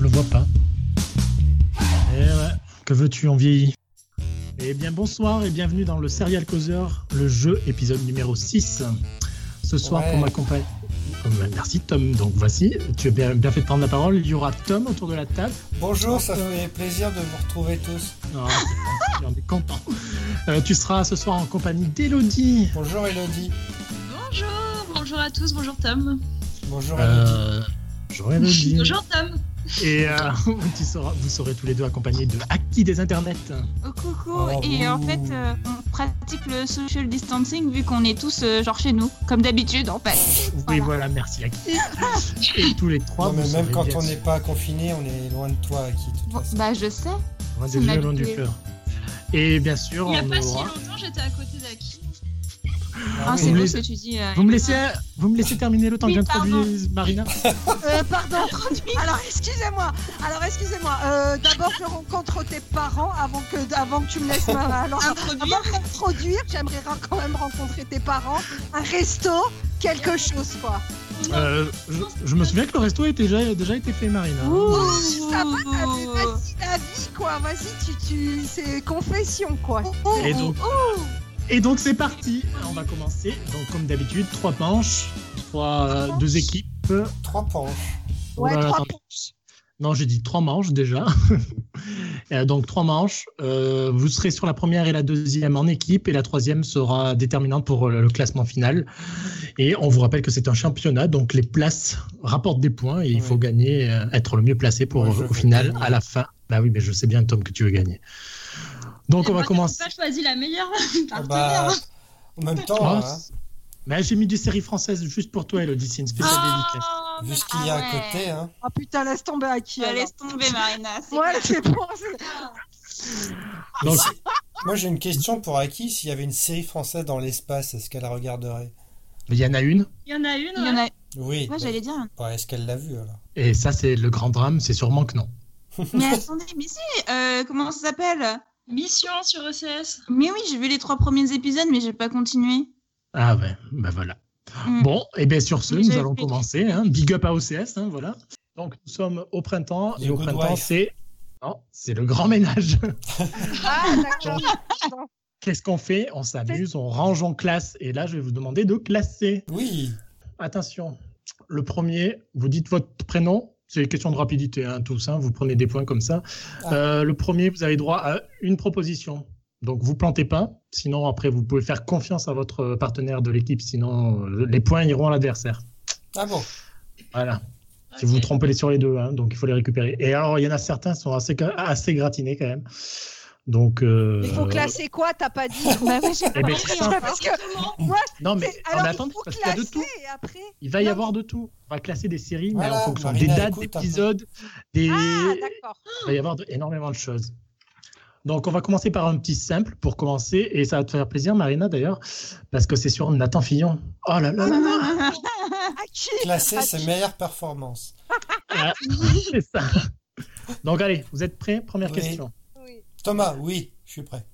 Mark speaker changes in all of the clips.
Speaker 1: le vois pas. Et ouais, que veux-tu, on vieillit. Eh bien, bonsoir et bienvenue dans le Serial Causeur, le jeu, épisode numéro 6. Ce soir,
Speaker 2: Ouais.
Speaker 1: pour m'accompagner. Oh, ben, Merci, Tom. Donc, voici, tu as bien, bien fait de prendre la parole. Il y aura Tom autour de la table.
Speaker 2: Bonjour, ça fait plaisir de vous retrouver tous.
Speaker 1: Oh, c'est gentil, on est content. Euh, tu seras ce soir en compagnie d'Elodie.
Speaker 2: Bonjour Elodie.
Speaker 3: Bonjour, bonjour à tous, bonjour Tom.
Speaker 2: Bonjour Elodie.
Speaker 1: Euh, Bonjour Elodie.
Speaker 3: Bonjour Tom.
Speaker 1: Et euh, tu seras- vous serez tous les deux accompagnés de Acti des Internets.
Speaker 4: Oh, coucou
Speaker 2: Bravo.
Speaker 4: et en fait euh, on pratique le social distancing vu qu'on est tous euh, genre chez nous comme d'habitude en fait.
Speaker 1: Oui, voilà, merci Acti. Et tous les trois,
Speaker 2: Non, mais
Speaker 1: vous
Speaker 2: même
Speaker 1: serez
Speaker 2: quand
Speaker 1: bien
Speaker 2: on
Speaker 1: sûr-
Speaker 2: n'est pas confiné, on est loin de toi, Aki. de toute
Speaker 4: Bon,
Speaker 2: façon.
Speaker 4: bah je sais.
Speaker 1: On a
Speaker 4: C'est
Speaker 1: des
Speaker 4: ma
Speaker 1: violons du
Speaker 4: vie.
Speaker 1: cœur. Et bien sûr,
Speaker 3: Il n'y a
Speaker 1: on
Speaker 3: pas si
Speaker 1: aura-
Speaker 3: longtemps, j'étais à côté d'Aki.
Speaker 2: Ah
Speaker 4: Ah,
Speaker 2: oui.
Speaker 4: c'est
Speaker 1: Vous
Speaker 4: beau
Speaker 1: me
Speaker 4: ce que tu dis. euh,
Speaker 1: vous me laissez, vous me laissez terminer le temps
Speaker 4: Oui,
Speaker 1: que j'introduise Marina.
Speaker 5: Euh, pardon. Alors excusez-moi. Alors excusez-moi. Euh, D'abord je rencontre tes parents avant que avant que tu me laisses ma- alors,
Speaker 3: Introduire
Speaker 5: avant de m'introduire. J'aimerais ra- quand même rencontrer tes parents. Un resto, quelque chose quoi.
Speaker 1: Euh, je, je me souviens que le resto était déjà, déjà été fait, Marina.
Speaker 5: Ça va, t'as fait Ah, vas-y la vie quoi. Vas-y tu tu c'est confession quoi.
Speaker 1: Et donc, et donc c'est parti. Alors, On va commencer. Donc comme d'habitude, trois manches, trois, euh, deux équipes.
Speaker 2: Trois penches.
Speaker 1: Oh
Speaker 5: Ouais,
Speaker 1: là là,
Speaker 5: trois
Speaker 1: attendez. Non, j'ai dit trois manches déjà. Euh, Donc trois manches. Euh, vous serez sur la première et la deuxième en équipe et la troisième sera déterminante pour euh, le classement final. Et on vous rappelle que c'est un championnat, donc les places rapportent des points et il
Speaker 2: Ouais.
Speaker 1: faut gagner, euh, être le mieux placé pour
Speaker 2: Ouais, je
Speaker 1: euh, au
Speaker 2: veux
Speaker 1: final,
Speaker 2: gagner.
Speaker 1: à la fin. Bah oui, mais je sais bien Tom que tu veux gagner. Donc on va commencer.
Speaker 3: pas choisi la meilleure
Speaker 2: Ah
Speaker 3: partenaire.
Speaker 2: bah, en même temps,
Speaker 1: Oh,
Speaker 2: hein,
Speaker 1: c'est- Bah, j'ai mis des séries françaises juste pour toi, Elodie. C'est une spéciale dédicace.
Speaker 2: vu ce qu'il y a
Speaker 4: Ah
Speaker 2: à
Speaker 4: ouais.
Speaker 2: côté, hein.
Speaker 5: Ah putain laisse tomber à qui
Speaker 4: Bah,
Speaker 5: alors
Speaker 4: laisse tomber Marina. c'est
Speaker 5: Ouais
Speaker 4: clair.
Speaker 5: c'est bon. c'est-
Speaker 1: Donc,
Speaker 2: Moi, j'ai une question pour Aki. S'il y avait une série française dans l'espace, est-ce qu'elle la regarderait
Speaker 1: il y en a une.
Speaker 3: Il y en a une,
Speaker 4: Il y en
Speaker 3: ouais.
Speaker 4: a.
Speaker 2: Oui.
Speaker 4: Ouais, j'allais dire.
Speaker 2: Bah, est-ce qu'elle l'a vue alors
Speaker 1: Et ça, c'est le grand drame. C'est sûrement que non.
Speaker 4: Mais attendez, mais si. euh, comment ça s'appelle
Speaker 3: euh, Mission sur E ECS.
Speaker 4: Mais oui, j'ai vu les trois premiers épisodes, mais j'ai pas continué.
Speaker 1: Ah ouais, bah voilà.
Speaker 4: Mm.
Speaker 1: Bon, et bien sur ce,
Speaker 4: Mais
Speaker 1: nous
Speaker 4: j'avais
Speaker 1: allons
Speaker 4: fait-
Speaker 1: commencer. hein. Big up à OCS, hein, voilà. Donc nous sommes au printemps
Speaker 2: The
Speaker 1: et au
Speaker 2: Good
Speaker 1: printemps
Speaker 2: Wife.
Speaker 1: c'est non, c'est le grand ménage.
Speaker 5: Ah d'accord.
Speaker 1: Qu'est-ce qu'on fait On s'amuse, on range, on classe. Et là, je vais vous demander de classer.
Speaker 2: Oui.
Speaker 1: Attention, le premier, vous dites votre prénom. C'est une question de rapidité, hein, tous. hein, vous prenez des points comme ça.
Speaker 2: Ah.
Speaker 1: Euh, le premier, vous avez droit à une proposition. Donc, vous plantez pas. Sinon, après, vous pouvez faire confiance à votre partenaire de l'équipe. Sinon, euh, les points iront à l'adversaire.
Speaker 2: Ah bon
Speaker 1: Voilà. Si vous vous trompez les- sur les deux, hein, donc il faut les récupérer. Et alors, il y en a certains qui sont assez, assez gratinés quand même. Donc, euh,
Speaker 5: Il faut classer quoi t'as pas dit.
Speaker 4: Bah ouais, j'ai
Speaker 1: eh ben,
Speaker 4: compris.
Speaker 1: c'est
Speaker 4: hein.
Speaker 1: simple.
Speaker 5: Parce que
Speaker 1: Non, mais
Speaker 5: c'est-
Speaker 1: on
Speaker 5: alors il
Speaker 1: attend
Speaker 5: faut
Speaker 1: parce qu'il y a de tout.
Speaker 5: classer et après.
Speaker 1: Il va y
Speaker 5: Non,
Speaker 1: avoir de tout. On va classer des séries, mais
Speaker 2: Voilà,
Speaker 1: en fonction
Speaker 2: Marina,
Speaker 1: des dates,
Speaker 2: écoute, hein.
Speaker 1: des épisodes, des...
Speaker 5: Ah d'accord.
Speaker 1: il va y avoir de- énormément de choses. Donc, on va commencer par un petit simple pour commencer, et ça va te faire plaisir, Marina, d'ailleurs, parce que c'est sur Nathan Fillon. Oh là là, là là. ah.
Speaker 5: À Ah, qui
Speaker 2: Classer ses meilleures performances.
Speaker 1: Ah,
Speaker 5: Ah,
Speaker 1: c'est ça. Donc, allez, vous êtes prêts Première
Speaker 2: Oui.
Speaker 1: question.
Speaker 5: Oui.
Speaker 2: Thomas, oui, je suis prêt.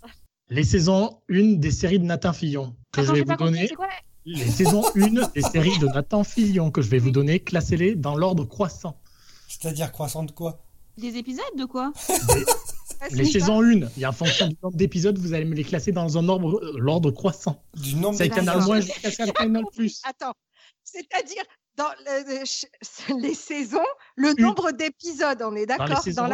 Speaker 1: les saisons 1 des séries de Nathan Fillon que
Speaker 4: Attends,
Speaker 1: je vais
Speaker 4: j'ai
Speaker 1: vous
Speaker 4: pas compris,
Speaker 1: donner.
Speaker 4: c'est quoi
Speaker 1: Les saisons 1 des séries de Nathan Fillon que je vais vous donner, classez-les dans l'ordre croissant.
Speaker 4: Ah,
Speaker 2: C'est-à-dire croissant de quoi
Speaker 4: Des épisodes de quoi
Speaker 5: Est-ce
Speaker 1: Les
Speaker 5: que-
Speaker 1: saisons 1, et en fonction du nombre d'épisodes, vous allez me les classer dans un ordre, euh, l'ordre croissant.
Speaker 2: Du nombre
Speaker 1: C'est
Speaker 2: de
Speaker 1: Canal
Speaker 4: Ah, d'accord.
Speaker 1: moins jusqu'à Canal Canal plus.
Speaker 5: Attends, c'est-à-dire dans le- le- ch- les saisons, le
Speaker 1: Une.
Speaker 5: nombre d'épisodes, on est d'accord
Speaker 1: saisons.
Speaker 5: la,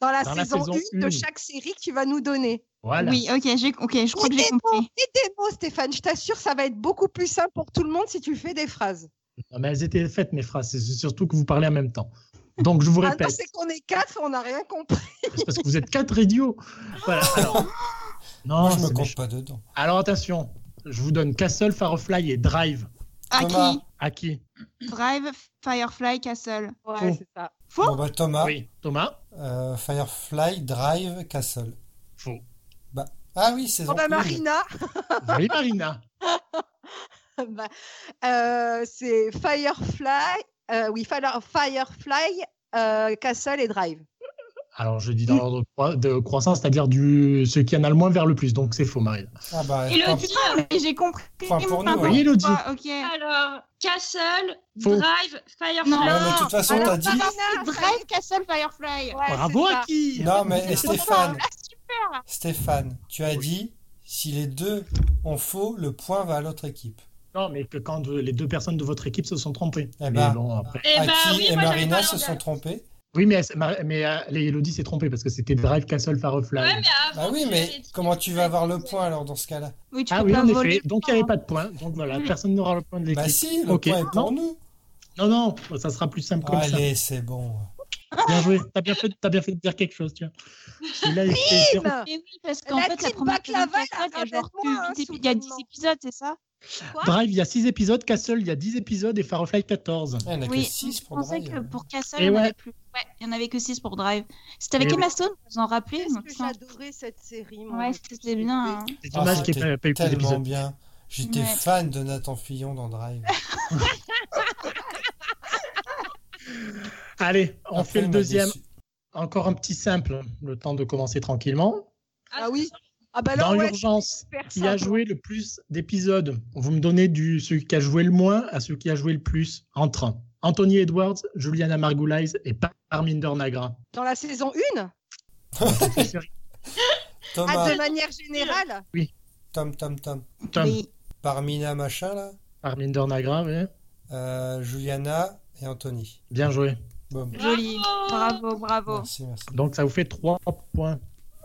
Speaker 5: dans la
Speaker 1: Dans la
Speaker 5: saison
Speaker 1: saison
Speaker 5: 1 de
Speaker 1: une.
Speaker 5: chaque série que tu vas nous donner.
Speaker 1: Voilà.
Speaker 4: Oui, ok, j'ai, ok, je crois que j'ai
Speaker 5: Aidez-moi,
Speaker 4: compris.
Speaker 5: aidez-moi, Stéphane, je t'assure, ça va être beaucoup plus simple pour tout le monde si tu fais des phrases.
Speaker 1: Non, mais elles étaient faites, mes phrases. C'est surtout que vous parlez en même temps. Donc, je vous
Speaker 5: Ah non,
Speaker 1: répète,
Speaker 5: c'est qu'on est quatre, on n'a rien compris.
Speaker 1: c'est parce que vous êtes quatre idiots. Voilà,
Speaker 4: Oh.
Speaker 1: alors. Non,
Speaker 2: Moi, je me
Speaker 1: c'est
Speaker 2: compte
Speaker 1: méchant.
Speaker 2: pas dedans.
Speaker 1: Alors, attention, je vous donne Castle, Firefly et Drive.
Speaker 2: Thomas.
Speaker 4: Aki,
Speaker 1: À qui
Speaker 4: Ah, Drive, Firefly, Castle.
Speaker 5: Ouais,
Speaker 1: Oh.
Speaker 5: c'est ça.
Speaker 4: Faux
Speaker 2: Bon, bah, Thomas,
Speaker 1: Oui, Thomas
Speaker 2: euh, Firefly, Drive, Castle.
Speaker 1: Faux.
Speaker 2: Ah oui, saison
Speaker 5: Oh, bah,
Speaker 2: une.
Speaker 5: Marina,
Speaker 1: Oui, Marina.
Speaker 5: bah, euh, c'est Firefly, euh, oui, Fire- Firefly, euh, Castle et Drive.
Speaker 1: Alors, je dis dans l'ordre croi- de croissance, c'est-à-dire du ce qui en a le moins vers le plus. Donc, c'est faux, Marine.
Speaker 2: Ah bah,
Speaker 3: Elodie,
Speaker 4: J'ai compris.
Speaker 2: Enfin, pour nous,
Speaker 4: mais
Speaker 2: hein.
Speaker 4: pas
Speaker 1: oui, Elodie.
Speaker 4: pourquoi, Ok.
Speaker 3: alors, Castle,
Speaker 1: Faux.
Speaker 3: Drive, Firefly.
Speaker 4: Non.
Speaker 2: Ouais, mais de toute façon,
Speaker 5: alors,
Speaker 2: t'as
Speaker 4: Bah,
Speaker 2: dit.
Speaker 5: Sabrina,
Speaker 4: Drive Castle Firefly.
Speaker 5: Ouais,
Speaker 1: Bravo,
Speaker 5: c'est ça.
Speaker 1: Aki
Speaker 2: Non, mais Stéphane,
Speaker 4: Ah, super.
Speaker 2: Stéphane, tu as
Speaker 1: Oui.
Speaker 2: dit si les deux ont faux, le point va à l'autre équipe.
Speaker 1: Non, mais que quand euh, les deux personnes de votre équipe se sont trompées.
Speaker 2: Eh
Speaker 1: Mais
Speaker 2: ben.
Speaker 1: bon, après-
Speaker 3: Eh bah
Speaker 2: Aki
Speaker 3: oui,
Speaker 2: et
Speaker 3: moi, j'avais
Speaker 2: Marina
Speaker 3: parlé
Speaker 2: se
Speaker 3: en
Speaker 2: sont
Speaker 3: dernier.
Speaker 2: trompées.
Speaker 1: Oui, mais, elle- ma- mais euh, les- Elodie s'est trompée parce que c'était Drive Castle Firefly.
Speaker 3: Ouais, mais avant.
Speaker 2: Bah oui,
Speaker 3: tu
Speaker 2: mais
Speaker 3: avais Ah, dit-
Speaker 2: comment tu vas avoir le point alors dans ce cas-là
Speaker 4: Oui, tu
Speaker 1: Ah
Speaker 4: peux
Speaker 1: oui,
Speaker 4: pas
Speaker 1: en
Speaker 4: voler
Speaker 1: effet.
Speaker 4: le
Speaker 1: Donc il n'y avait pas de point. Donc voilà,
Speaker 4: Oui.
Speaker 1: personne n'aura le point de l'équipe.
Speaker 2: Bah si, le
Speaker 1: Ok.
Speaker 2: point est pour nous.
Speaker 1: Non, non, ça sera plus simple comme
Speaker 2: Ah, Allez, c'est bon.
Speaker 1: ça. Bien joué. T'as bien fait, t'as bien fait de dire quelque chose, tiens. Et là, il fait zéro-
Speaker 5: Tim,
Speaker 4: Mais oui, parce qu'en
Speaker 5: La
Speaker 4: fait, la
Speaker 5: team
Speaker 4: première saison de
Speaker 5: Baklava,
Speaker 4: Castle, il y a genre
Speaker 5: rajoute-moi, hein,
Speaker 4: que 8 épi- il y a 10
Speaker 5: soudainement.
Speaker 4: épisodes, c'est ça
Speaker 1: Drive, il y a 6 épisodes, Castle, il y a 10 épisodes et Firefly 14.
Speaker 2: Eh, Il n'y en a
Speaker 4: Oui,
Speaker 2: que 6
Speaker 4: je
Speaker 2: pour
Speaker 4: pensais
Speaker 2: Drive.
Speaker 4: que pour Castle,
Speaker 1: Et
Speaker 4: il n'y en
Speaker 1: ouais.
Speaker 4: avait plus. Ouais, il n'y en avait que 6 pour Drive. C'était avec
Speaker 1: Et
Speaker 4: Emma Stone, vous en rappelez
Speaker 5: Qu'est-ce
Speaker 4: non,
Speaker 5: que
Speaker 4: putain.
Speaker 5: j'adorais cette série, moi.
Speaker 4: Ouais, c'était bien. hein.
Speaker 1: C'est
Speaker 2: Ah,
Speaker 1: dommage qu'il n'y ait
Speaker 2: c'était
Speaker 1: pas- pas eu plus
Speaker 2: Tellement
Speaker 1: d'épisodes.
Speaker 2: bien. J'étais
Speaker 4: Ouais.
Speaker 2: fan de Nathan Fillon dans Drive.
Speaker 1: Allez, on
Speaker 2: Après,
Speaker 1: fait le
Speaker 2: il m'a
Speaker 1: deuxième.
Speaker 2: déçu.
Speaker 1: Encore un petit simple, le temps de commencer tranquillement.
Speaker 5: Ah oui. Ah bah
Speaker 1: Dans
Speaker 5: là, ouais,
Speaker 1: l'urgence,
Speaker 5: super
Speaker 1: qui a
Speaker 5: sympa.
Speaker 1: joué le plus d'épisodes Vous me donnez du celui qui a joué le moins à celui qui a joué le plus entre Anthony Edwards, Juliana Margulies et Par- Parminder Nagra.
Speaker 5: Dans la saison 1
Speaker 2: Thomas,
Speaker 5: ah, De manière générale
Speaker 2: Tom, Tom, Tom.
Speaker 1: Tom,
Speaker 4: Oui.
Speaker 2: Parmina, machin, là.
Speaker 1: Parminder Nagra, ouais.
Speaker 2: euh, Juliana et Anthony.
Speaker 1: bien joué.
Speaker 2: Bon,
Speaker 4: Joli. Bravo, bravo.
Speaker 2: merci, merci.
Speaker 1: Donc ça vous fait 3 points.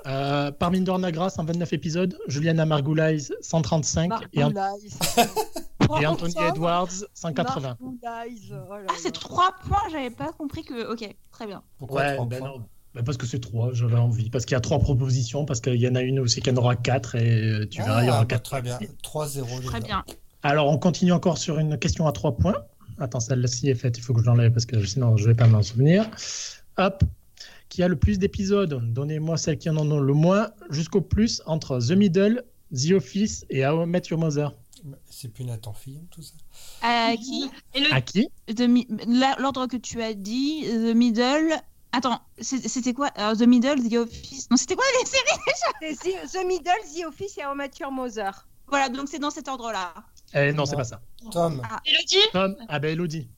Speaker 1: Euh, Parminder Nagra, 129 épisodes, Juliana Margulies, 135 et, An-
Speaker 5: Margoulais.
Speaker 1: et Anthony Edwards, 180.
Speaker 5: Margoulais, oh là
Speaker 4: Ah, c'est
Speaker 5: là.
Speaker 4: 3 points, j'avais pas compris que. Ok, très bien.
Speaker 2: Pourquoi
Speaker 1: Ouais,
Speaker 2: trois
Speaker 1: ben
Speaker 2: points
Speaker 1: non. Ben parce que c'est 3, j'avais envie. Parce qu'il y a 3 propositions, parce qu'il y en a une aussi qui en aura 4 et euh, tu verras, il y
Speaker 2: Ah,
Speaker 1: aura
Speaker 2: bah,
Speaker 1: 4.
Speaker 2: Très bien. 3-0. les
Speaker 4: Très
Speaker 2: gars.
Speaker 4: bien.
Speaker 1: Alors, on continue encore sur une question à trois points. Attends, celle-ci est faite, il faut que je l'enlève parce que sinon je vais pas m'en souvenir. Hop. Qui a le plus d'épisodes Donnez-moi celles qui en ont le moins jusqu'au plus entre The Middle, The Office et How I Met Your Mother.
Speaker 2: Mais C'est plus Nathan Fillon, tout ça.
Speaker 4: Euh, qui
Speaker 3: Et
Speaker 5: Ah
Speaker 3: le
Speaker 1: À qui
Speaker 4: The Mi- la- L'ordre que tu as dit, The Middle. Attends, c'est- c'était quoi Alors, The Middle, The Office. Non, c'était quoi les séries
Speaker 5: C'est The The Middle, The Office et How I Met Your Mother.
Speaker 4: Voilà, donc c'est dans cet ordre-là.
Speaker 1: Eh non, c'est
Speaker 2: Non.
Speaker 1: pas ça.
Speaker 2: Tom,
Speaker 4: Ah,
Speaker 3: Elodie
Speaker 1: Tom, ah ben Elodie.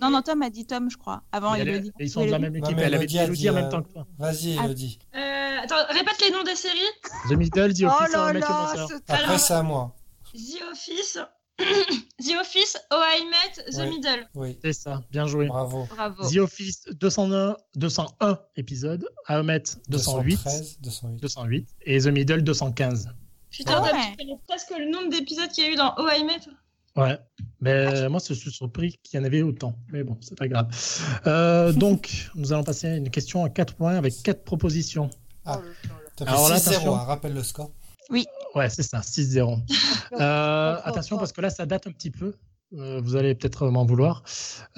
Speaker 4: Non, non, Tom a dit Tom, je crois. Avant,
Speaker 1: Mais
Speaker 4: il
Speaker 1: elle-
Speaker 4: le dit.
Speaker 1: Ils sont de la même
Speaker 2: Non,
Speaker 1: équipe.
Speaker 2: mais
Speaker 1: elle avait
Speaker 2: Elodie
Speaker 1: dit
Speaker 2: a
Speaker 1: Elodie
Speaker 2: dit,
Speaker 1: en
Speaker 2: euh,
Speaker 1: même temps que toi.
Speaker 2: vas-y,
Speaker 4: Ah.
Speaker 2: Elodie.
Speaker 3: Euh, attends, répète les noms des séries.
Speaker 1: The Middle, The
Speaker 5: Oh
Speaker 1: Office, How
Speaker 5: là
Speaker 1: I Met Your
Speaker 5: là,
Speaker 1: Mother.
Speaker 5: ce
Speaker 2: Après,
Speaker 3: Alors-
Speaker 2: c'est à moi.
Speaker 3: The Office, The Office, Oh I Met, The
Speaker 2: Ouais.
Speaker 3: Middle.
Speaker 2: Oui,
Speaker 1: C'est ça, bien joué.
Speaker 2: bravo.
Speaker 4: Bravo.
Speaker 1: The Office, 201, 201 épisodes. How I Met, 208.
Speaker 2: 213, 208.
Speaker 1: 208. Et The Middle, 215.
Speaker 3: Putain,
Speaker 4: Ah
Speaker 3: t'as
Speaker 4: ouais.
Speaker 3: tu connais presque le nombre d'épisodes qu'il y a eu dans Oh I Met.
Speaker 1: Ouais, mais moi, je suis surpris qu'il y en avait autant. Mais bon, c'est pas grave. Euh, donc, nous allons passer à une question à 4 points avec 4 propositions.
Speaker 5: Oh
Speaker 2: Ah. T'as fait
Speaker 1: Alors là,
Speaker 2: 6-0,
Speaker 1: attention.
Speaker 2: hein, rappelle le score.
Speaker 1: Ouais, c'est ça, 6-0. Euh,
Speaker 5: Encore,
Speaker 1: attention,
Speaker 5: encore.
Speaker 1: parce que là, ça date un petit peu. Euh, vous allez peut-être m'en vouloir.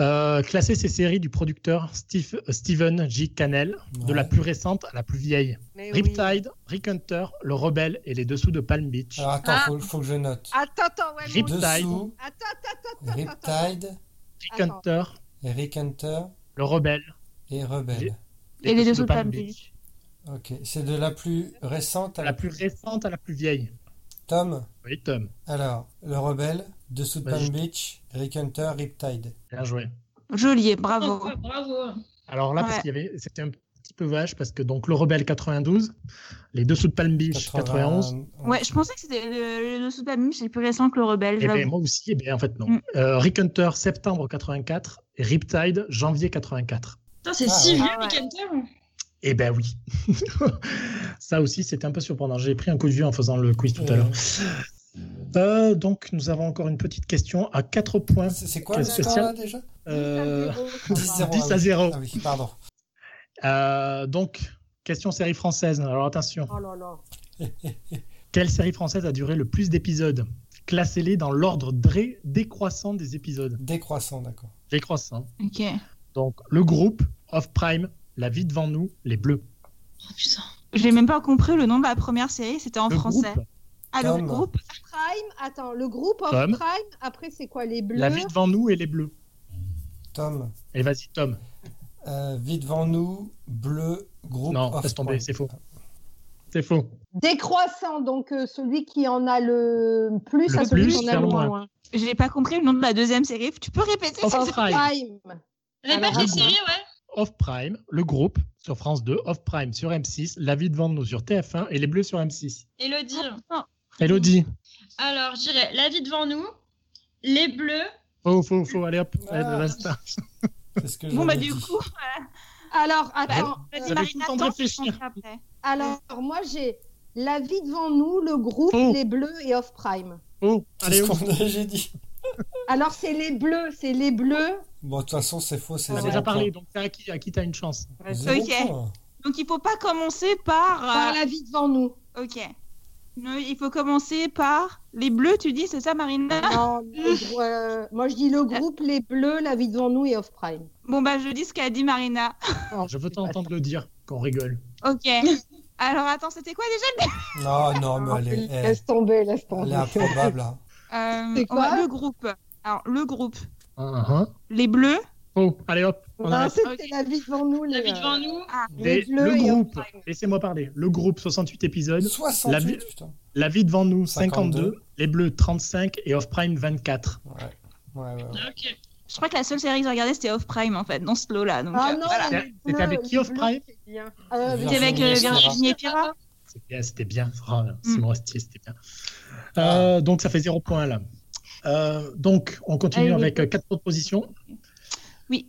Speaker 1: Euh, classer ces séries du producteur Steve- Steven J. Cannell, de
Speaker 2: Ouais.
Speaker 1: la plus récente à la plus vieille.
Speaker 5: Mais Eh oui.
Speaker 1: Riptide, Rick Hunter, Le Rebelle et Les Dessous de Palm Beach.
Speaker 2: Alors attends,
Speaker 3: Ah.
Speaker 2: faut, faut que je note.
Speaker 5: Attends, attends, ouais,
Speaker 1: Rip-
Speaker 5: mon-
Speaker 1: Riptide.
Speaker 2: Dessous,
Speaker 5: Attends, attends, attends, attends, attends.
Speaker 2: Riptide,
Speaker 1: Rick
Speaker 5: attends.
Speaker 1: Hunter,
Speaker 2: Rick Hunter
Speaker 1: Le Rebelle.
Speaker 2: et Rebelle.
Speaker 4: Et les deux sous Palm Beach.
Speaker 2: Ok, c'est de la plus récente à
Speaker 1: De
Speaker 2: la
Speaker 1: La plus récente à la plus vieille.
Speaker 2: Tom,
Speaker 1: Oui, Tom.
Speaker 2: alors, le Rebelle, Dessous de
Speaker 1: Vas-y.
Speaker 2: Palm Beach, Rick Hunter, Riptide.
Speaker 1: Bien joué.
Speaker 4: Joli, bravo.
Speaker 3: Oh, bravo.
Speaker 1: Alors là, parce
Speaker 4: Ouais.
Speaker 1: qu'il y avait, c'était un petit peu vache parce que donc le Rebelle 92, les dessous de Palm Beach 91.
Speaker 2: 91.
Speaker 4: Ouais, je pensais que c'était le, le dessous de Palm Beach, c'est plus récent que le Rebelle.
Speaker 1: Et ben,
Speaker 4: j'avoue.
Speaker 1: moi aussi, eh ben, en fait non.
Speaker 4: Mm.
Speaker 1: Euh, Rick Hunter septembre 84 et Riptide janvier 84.
Speaker 3: Putain, c'est
Speaker 2: Ah,
Speaker 3: si
Speaker 2: ouais.
Speaker 3: vieux,
Speaker 4: Ah, ouais.
Speaker 3: Rick Hunter.
Speaker 1: Eh ben oui. Ça aussi, c'était un peu surprenant. J'ai pris un coup de vieux en faisant le quiz tout à l'heure. Euh, donc nous avons encore une petite question à 4 points.
Speaker 2: C'est c'est quoi le
Speaker 1: Qu'est-ce que
Speaker 2: score
Speaker 1: c'est
Speaker 2: là déjà
Speaker 1: Euh,
Speaker 2: 10-0.
Speaker 1: 10
Speaker 2: ah
Speaker 1: à
Speaker 2: oui.
Speaker 1: 0.
Speaker 2: Ah oui, pardon.
Speaker 1: Euh, donc question série française. Alors attention.
Speaker 5: Oh là là.
Speaker 1: Quelle série française a duré le plus d'épisodes Classez-les dans l'ordre dré- décroissant des épisodes.
Speaker 2: Décroissant, d'accord.
Speaker 1: Décroissant.
Speaker 4: Ok.
Speaker 1: Donc, le groupe, Off Prime, La vie devant nous, Les Bleus.
Speaker 3: Oh, putain.
Speaker 4: J'ai même pas compris le nom de la première série, c'était en
Speaker 1: le
Speaker 4: français.
Speaker 1: groupe,
Speaker 4: Ah, le
Speaker 2: Tom.
Speaker 4: groupe
Speaker 5: Prime, attends, le groupe of
Speaker 1: Tom.
Speaker 5: Prime, après c'est quoi les bleus
Speaker 1: La vie devant nous et Les Bleus.
Speaker 2: Tom,
Speaker 1: Et vas-y, Tom.
Speaker 2: euh, vite devant nous, bleu, groupe.
Speaker 1: non,
Speaker 2: off
Speaker 1: laisse tomber,
Speaker 2: point.
Speaker 1: c'est faux. C'est faux.
Speaker 5: Décroissant, donc euh, celui qui en a le plus
Speaker 1: Le
Speaker 5: à celui
Speaker 1: plus,
Speaker 5: qui en a
Speaker 1: vers
Speaker 5: le
Speaker 1: le
Speaker 5: moins.
Speaker 1: moins.
Speaker 4: Je n'ai pas compris le nom de la deuxième série. Tu peux répéter
Speaker 1: Off
Speaker 4: ça
Speaker 1: Prime.
Speaker 3: Répète
Speaker 5: Alors,
Speaker 3: les
Speaker 1: un
Speaker 3: séries, ouais.
Speaker 1: Off Prime, le groupe sur France 2, Off Prime sur M6, La vie de Vendeau sur TF1 et Les Bleus sur M6.
Speaker 3: Elodie.
Speaker 4: Non.
Speaker 1: Elodie.
Speaker 3: Alors, je dirais La vie devant nous, Les Bleus.
Speaker 1: Oh, faux, faux, allez hop, Eh,
Speaker 2: Ah.
Speaker 1: allez, basta.
Speaker 2: C'est ce que
Speaker 4: Bon, bah,
Speaker 2: j'avais
Speaker 4: du
Speaker 2: dit.
Speaker 4: coup,
Speaker 5: Alors, attends.
Speaker 4: vas-y,
Speaker 1: avez
Speaker 4: Marina,
Speaker 1: Euh, tout le temps de
Speaker 4: tente, je
Speaker 1: réfléchir.
Speaker 4: penserai après.
Speaker 5: Alors, moi, j'ai La vie devant nous, le groupe,
Speaker 1: Oh.
Speaker 5: les bleus et off prime.
Speaker 1: Oh,
Speaker 2: C'est
Speaker 1: allez,
Speaker 2: ce
Speaker 1: oh.
Speaker 2: qu'on a, j'ai dit.
Speaker 5: Alors, c'est les bleus, c'est les bleus.
Speaker 2: Bon, de toute façon, c'est faux, c'est
Speaker 1: on a
Speaker 2: zéro
Speaker 1: déjà parlé,
Speaker 2: point.
Speaker 1: donc c'est à qui, à qui t'as une chance
Speaker 2: Zéro
Speaker 4: Ok.
Speaker 2: point.
Speaker 4: Donc, il faut pas commencer par. euh,
Speaker 5: Par la vie devant nous.
Speaker 4: Ok. Non, il faut commencer par les bleus, tu dis, c'est ça, Marina
Speaker 5: Non, le grou- euh, moi, je dis le groupe, les bleus, la vie devant nous et off prime.
Speaker 4: Bon, bah, je dis ce qu'a dit Marina.
Speaker 5: Oh,
Speaker 1: Je veux t'entendre le dire, qu'on rigole.
Speaker 4: Ok. Alors, attends, c'était quoi déjà
Speaker 2: Non, non, mais allez, eh. elle,
Speaker 5: Laisse tomber, laisse
Speaker 2: elle
Speaker 5: tomber.
Speaker 2: est improbable. hein.
Speaker 4: Euh,
Speaker 5: C'est
Speaker 4: on va-
Speaker 5: quoi
Speaker 4: Le groupe. Alors, le groupe.
Speaker 1: Hein, hein.
Speaker 4: Les bleus.
Speaker 1: Oh, allez hop, on
Speaker 5: Non,
Speaker 1: arrête.
Speaker 5: c'était Ah, la vie devant nous.
Speaker 3: La
Speaker 5: les,
Speaker 3: vie
Speaker 5: euh,
Speaker 3: devant nous.
Speaker 5: les
Speaker 1: Les-
Speaker 5: bleus
Speaker 1: le
Speaker 5: et off
Speaker 1: groupe,
Speaker 5: prime.
Speaker 1: laissez-moi parler. Le groupe, 68 épisodes.
Speaker 2: 68,
Speaker 1: La vie-
Speaker 2: putain.
Speaker 1: La vie devant nous, 52.
Speaker 2: 52.
Speaker 1: Les bleus, 35. Et Off Prime, 24.
Speaker 2: Ouais, ouais, ouais. ouais.
Speaker 3: Ok.
Speaker 4: Je crois que la seule série que j'ai regardée, c'était Off Prime, en fait, dans ce lot-là. Donc,
Speaker 5: Ah
Speaker 4: euh,
Speaker 5: non,
Speaker 4: voilà.
Speaker 5: les
Speaker 1: C'était-
Speaker 5: bleus,
Speaker 1: c'était avec qui,
Speaker 5: les
Speaker 1: off
Speaker 5: bleus,
Speaker 1: prime
Speaker 5: c'est bien. Euh,
Speaker 4: C'était avec euh,
Speaker 2: Virginie Efira.
Speaker 4: Virginie Efira.
Speaker 1: C'était c'était bien. Oh, Simon Astier, c'était bien.
Speaker 2: Ah.
Speaker 1: Euh, donc, ça fait 0 point là. Euh, donc, on continue
Speaker 4: Allez,
Speaker 1: avec euh, 4 autres positions.
Speaker 4: Oui.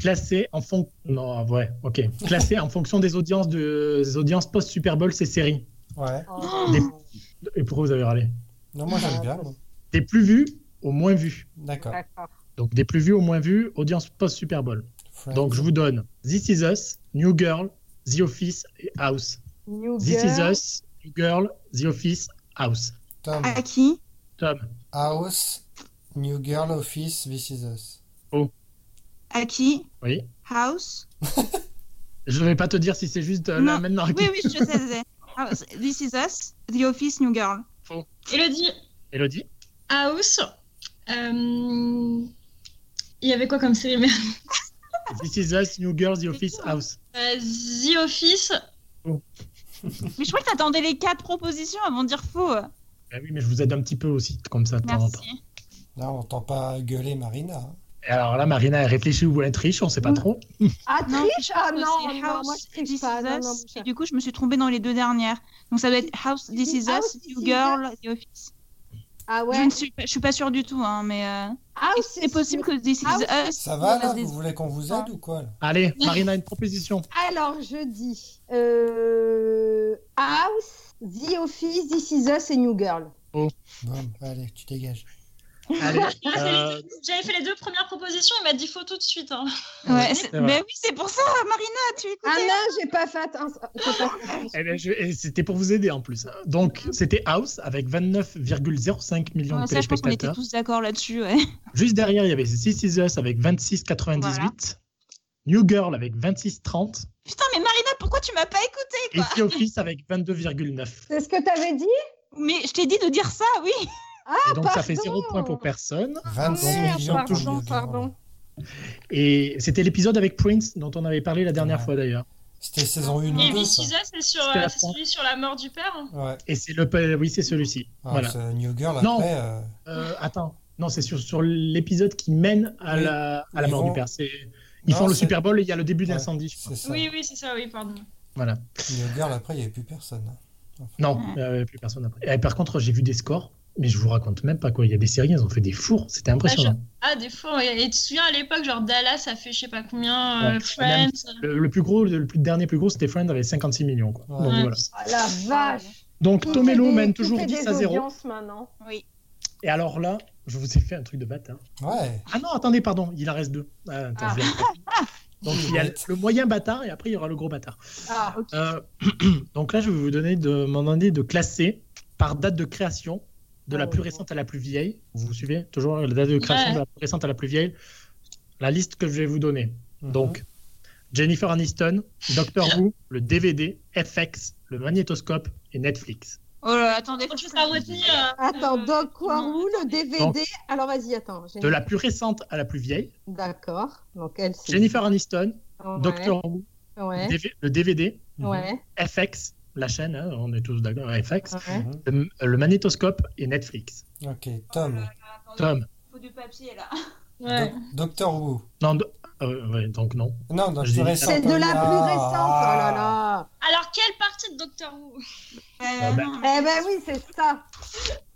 Speaker 1: Classées en fonction. Non, ouais, ok. Classées en fonction des audiences, de... des audiences post-Super Bowl, ces séries.
Speaker 2: Ouais.
Speaker 5: Oh.
Speaker 1: Des- Et pourquoi vous avez râlé
Speaker 2: Non, moi j'aime bien. moi.
Speaker 1: Des plus vues aux moins vues.
Speaker 2: D'accord.
Speaker 5: D'accord.
Speaker 1: Donc, des plus vues aux moins vues, audience post-Super Bowl.
Speaker 2: Friends.
Speaker 1: Donc, je vous donne This Is Us, New Girl, The Office et House.
Speaker 5: New
Speaker 1: This Is
Speaker 5: Girl.
Speaker 1: Us, New Girl, The Office, House.
Speaker 2: Tom,
Speaker 4: À qui
Speaker 1: Tom,
Speaker 2: House, New Girl Office, This Is Us.
Speaker 4: À qui
Speaker 1: oui
Speaker 4: House
Speaker 1: Je vais pas te dire si c'est juste euh,
Speaker 4: Non.
Speaker 1: là maintenant.
Speaker 4: Oui, oui, je sais, je sais. House. This is Us, The Office, New Girl.
Speaker 3: Elodie,
Speaker 1: Elodie
Speaker 3: House. Euh, Il y avait quoi comme série merde
Speaker 1: This is us, New Girl, The Office, House.
Speaker 3: Euh, The Office. Ah,
Speaker 4: Mais je crois que t'attendais les quatre propositions avant de dire faux.
Speaker 1: Ah oui, mais je vous aide un petit peu aussi, comme ça, de temps en temps.
Speaker 4: Merci.
Speaker 2: Là, on entend pas gueuler Marina. hein.
Speaker 1: Et alors là, Marina, elle réfléchit ou elle triche, on sait pas
Speaker 4: Mm.
Speaker 1: trop.
Speaker 5: Ah,
Speaker 4: Non,
Speaker 5: triche Ah non,
Speaker 4: C'est
Speaker 5: non,
Speaker 4: House,
Speaker 5: moi je
Speaker 4: This
Speaker 5: triche
Speaker 4: Is
Speaker 5: pas. Non, non,
Speaker 4: Us,
Speaker 5: mon
Speaker 4: et
Speaker 5: cher.
Speaker 4: du coup, je me suis trompée dans les deux dernières. Donc ça doit être House, This Is
Speaker 5: House,
Speaker 4: Us,
Speaker 5: This
Speaker 4: New
Speaker 5: Is
Speaker 4: Girl, The Office.
Speaker 5: Ah
Speaker 4: Je
Speaker 5: ouais
Speaker 4: ne suis pas, je suis pas sûre du tout, hein, mais euh,
Speaker 5: House,
Speaker 4: c'est possible que This Is
Speaker 5: House,
Speaker 3: Ah,
Speaker 4: Us.
Speaker 2: Ça va là
Speaker 4: fasse des-
Speaker 2: Vous voulez qu'on vous aide ou quoi là
Speaker 1: Allez, Marina, une proposition.
Speaker 5: Alors, je dis euh, House, The Office, This Is Us et New Girl.
Speaker 2: Bon, allez, tu dégages.
Speaker 1: Allez, euh,
Speaker 3: J'avais fait les deux premières propositions, il m'a dit faux tout de suite. hein.
Speaker 4: Ouais, c'est-
Speaker 1: c'est
Speaker 2: euh,
Speaker 1: vrai.
Speaker 4: mais oui, c'est pour ça, Marina, tu
Speaker 5: Ah
Speaker 4: écoutais.
Speaker 5: non, j'ai pas fait attention. j'ai pas fait attention.
Speaker 1: eh ben, je- et c'était pour vous aider en plus. hein. Donc, c'était House avec 29,05 millions
Speaker 4: Mhm. Ouais,
Speaker 1: de
Speaker 4: ça, je pense qu'on était
Speaker 1: téléspectateurs.
Speaker 4: tous d'accord là-dessus, ouais.
Speaker 1: Juste derrière, il y avait This is us avec 26,98.
Speaker 4: Voilà.
Speaker 1: New Girl avec 26,30.
Speaker 4: Putain, mais Marina, pourquoi tu m'as pas écouté,
Speaker 1: Et
Speaker 4: quoi
Speaker 1: The Office avec 22,9.
Speaker 5: C'est ce que t'avais dit
Speaker 4: Mais je t'ai dit de dire ça, oui. Ah,
Speaker 1: Et donc, ça fait
Speaker 5: pardon.
Speaker 1: 0 points pour personne.
Speaker 3: Ah,
Speaker 2: 26
Speaker 5: Merde,
Speaker 2: millions pour New
Speaker 5: pardon,
Speaker 2: Girl.
Speaker 5: pardon.
Speaker 1: Et c'était l'épisode avec Prince dont on avait parlé la dernière
Speaker 2: Ouais.
Speaker 1: fois d'ailleurs.
Speaker 2: C'était saison 1
Speaker 3: Et
Speaker 2: ou 2
Speaker 3: This
Speaker 2: ça
Speaker 3: Is Us, c'est sur,
Speaker 1: C'était la
Speaker 3: euh, c'est
Speaker 1: fin.
Speaker 3: celui sur la mort du père. hein.
Speaker 2: Ouais.
Speaker 1: Et c'est le, euh, oui, c'est celui-ci.
Speaker 2: Ah,
Speaker 1: voilà.
Speaker 2: ce New Girl
Speaker 1: Non.
Speaker 2: après. euh,
Speaker 1: Euh, attends, non, c'est sur, sur l'épisode qui mène à
Speaker 2: Oui.
Speaker 1: la, à la
Speaker 2: Ils
Speaker 1: mort
Speaker 2: vont-
Speaker 1: du père. C'est- Ils
Speaker 2: non,
Speaker 1: font le
Speaker 2: c'est-
Speaker 1: Super Bowl et il y a le début
Speaker 2: Ouais.
Speaker 1: d'incendie.
Speaker 2: C'est ça.
Speaker 3: Oui, oui, c'est ça, oui, pardon.
Speaker 1: Voilà.
Speaker 2: New Girl après, il n'y avait plus personne. hein.
Speaker 1: Non,
Speaker 4: Ouais.
Speaker 1: euh, plus personne après. Et par contre, j'ai vu des scores, mais je vous raconte même pas quoi. Il y a des séries, elles ont fait des fours. C'était impressionnant.
Speaker 3: Ah, des fois, ouais. et tu te souviens à l'époque, genre Dallas, ça fait je sais pas combien, euh,
Speaker 1: Ouais.
Speaker 3: Friends.
Speaker 1: Le, le plus gros, le, plus- dernier plus gros, c'était Friends avec 56 millions. Quoi.
Speaker 2: Ouais.
Speaker 1: Donc,
Speaker 3: Ouais.
Speaker 1: voilà.
Speaker 4: Oh
Speaker 5: Ah, la vache
Speaker 1: Donc,
Speaker 5: Qui
Speaker 1: Tomelo
Speaker 5: Ah, fait des-
Speaker 1: mène
Speaker 5: qui
Speaker 1: toujours
Speaker 5: fait
Speaker 1: 10
Speaker 5: des
Speaker 1: à 0.
Speaker 5: audiences maintenant
Speaker 4: Oui.
Speaker 1: Et alors là, je vous ai fait un truc de bâtard.
Speaker 2: Ouais.
Speaker 1: Ah non, attendez, pardon, il en reste deux. Ah, attends,
Speaker 5: Ah.
Speaker 1: je vais- Donc, il y a le moyen bâtard et après, il y aura le gros bâtard.
Speaker 5: Ah,
Speaker 1: Euh, donc là, je vais vous donner de m'en demander de classer par date de création, de la
Speaker 5: Oh.
Speaker 1: plus récente à la plus vieille. Vous vous suivez Toujours la date de création
Speaker 3: Ouais.
Speaker 1: de la plus récente à la plus vieille. La liste que je vais vous donner. Donc, Jennifer Aniston, Doctor Who, le DVD, FX, le magnétoscope et Netflix.
Speaker 4: Oh là, attendez,
Speaker 3: Autre chose à retenir. euh,
Speaker 5: Attends,
Speaker 3: euh,
Speaker 5: Doc Warou, le
Speaker 1: Donc-
Speaker 5: DVD. Alors vas-y, attends. j'ai-
Speaker 1: De la plus récente à la plus vieille,
Speaker 5: D'accord. Donc elle, c'est.
Speaker 1: Jennifer Aniston,
Speaker 5: Ouais,
Speaker 1: Doctor Who,
Speaker 5: Ouais.
Speaker 1: DV- le DVD,
Speaker 5: Ouais.
Speaker 1: FX, la chaîne, hein, on est tous d'accord, FX,
Speaker 5: Ouais.
Speaker 1: le, le magnétoscope et Netflix.
Speaker 2: Mhm. Ok, Tom.
Speaker 1: Tom.
Speaker 4: Faut du papier là.
Speaker 3: Ouais.
Speaker 2: Docteur Wu.
Speaker 1: Non, de- euh, ouais, donc non.
Speaker 2: Non, non,
Speaker 1: Je
Speaker 2: je
Speaker 1: dis-
Speaker 2: dirais
Speaker 5: C'est de la plus récente. Oh là
Speaker 2: Ah.
Speaker 5: là.
Speaker 3: Alors, quelle partie de Doctor Who
Speaker 1: Ah bah.
Speaker 4: Euh, non, mais-
Speaker 5: Eh ben oui, c'est ça.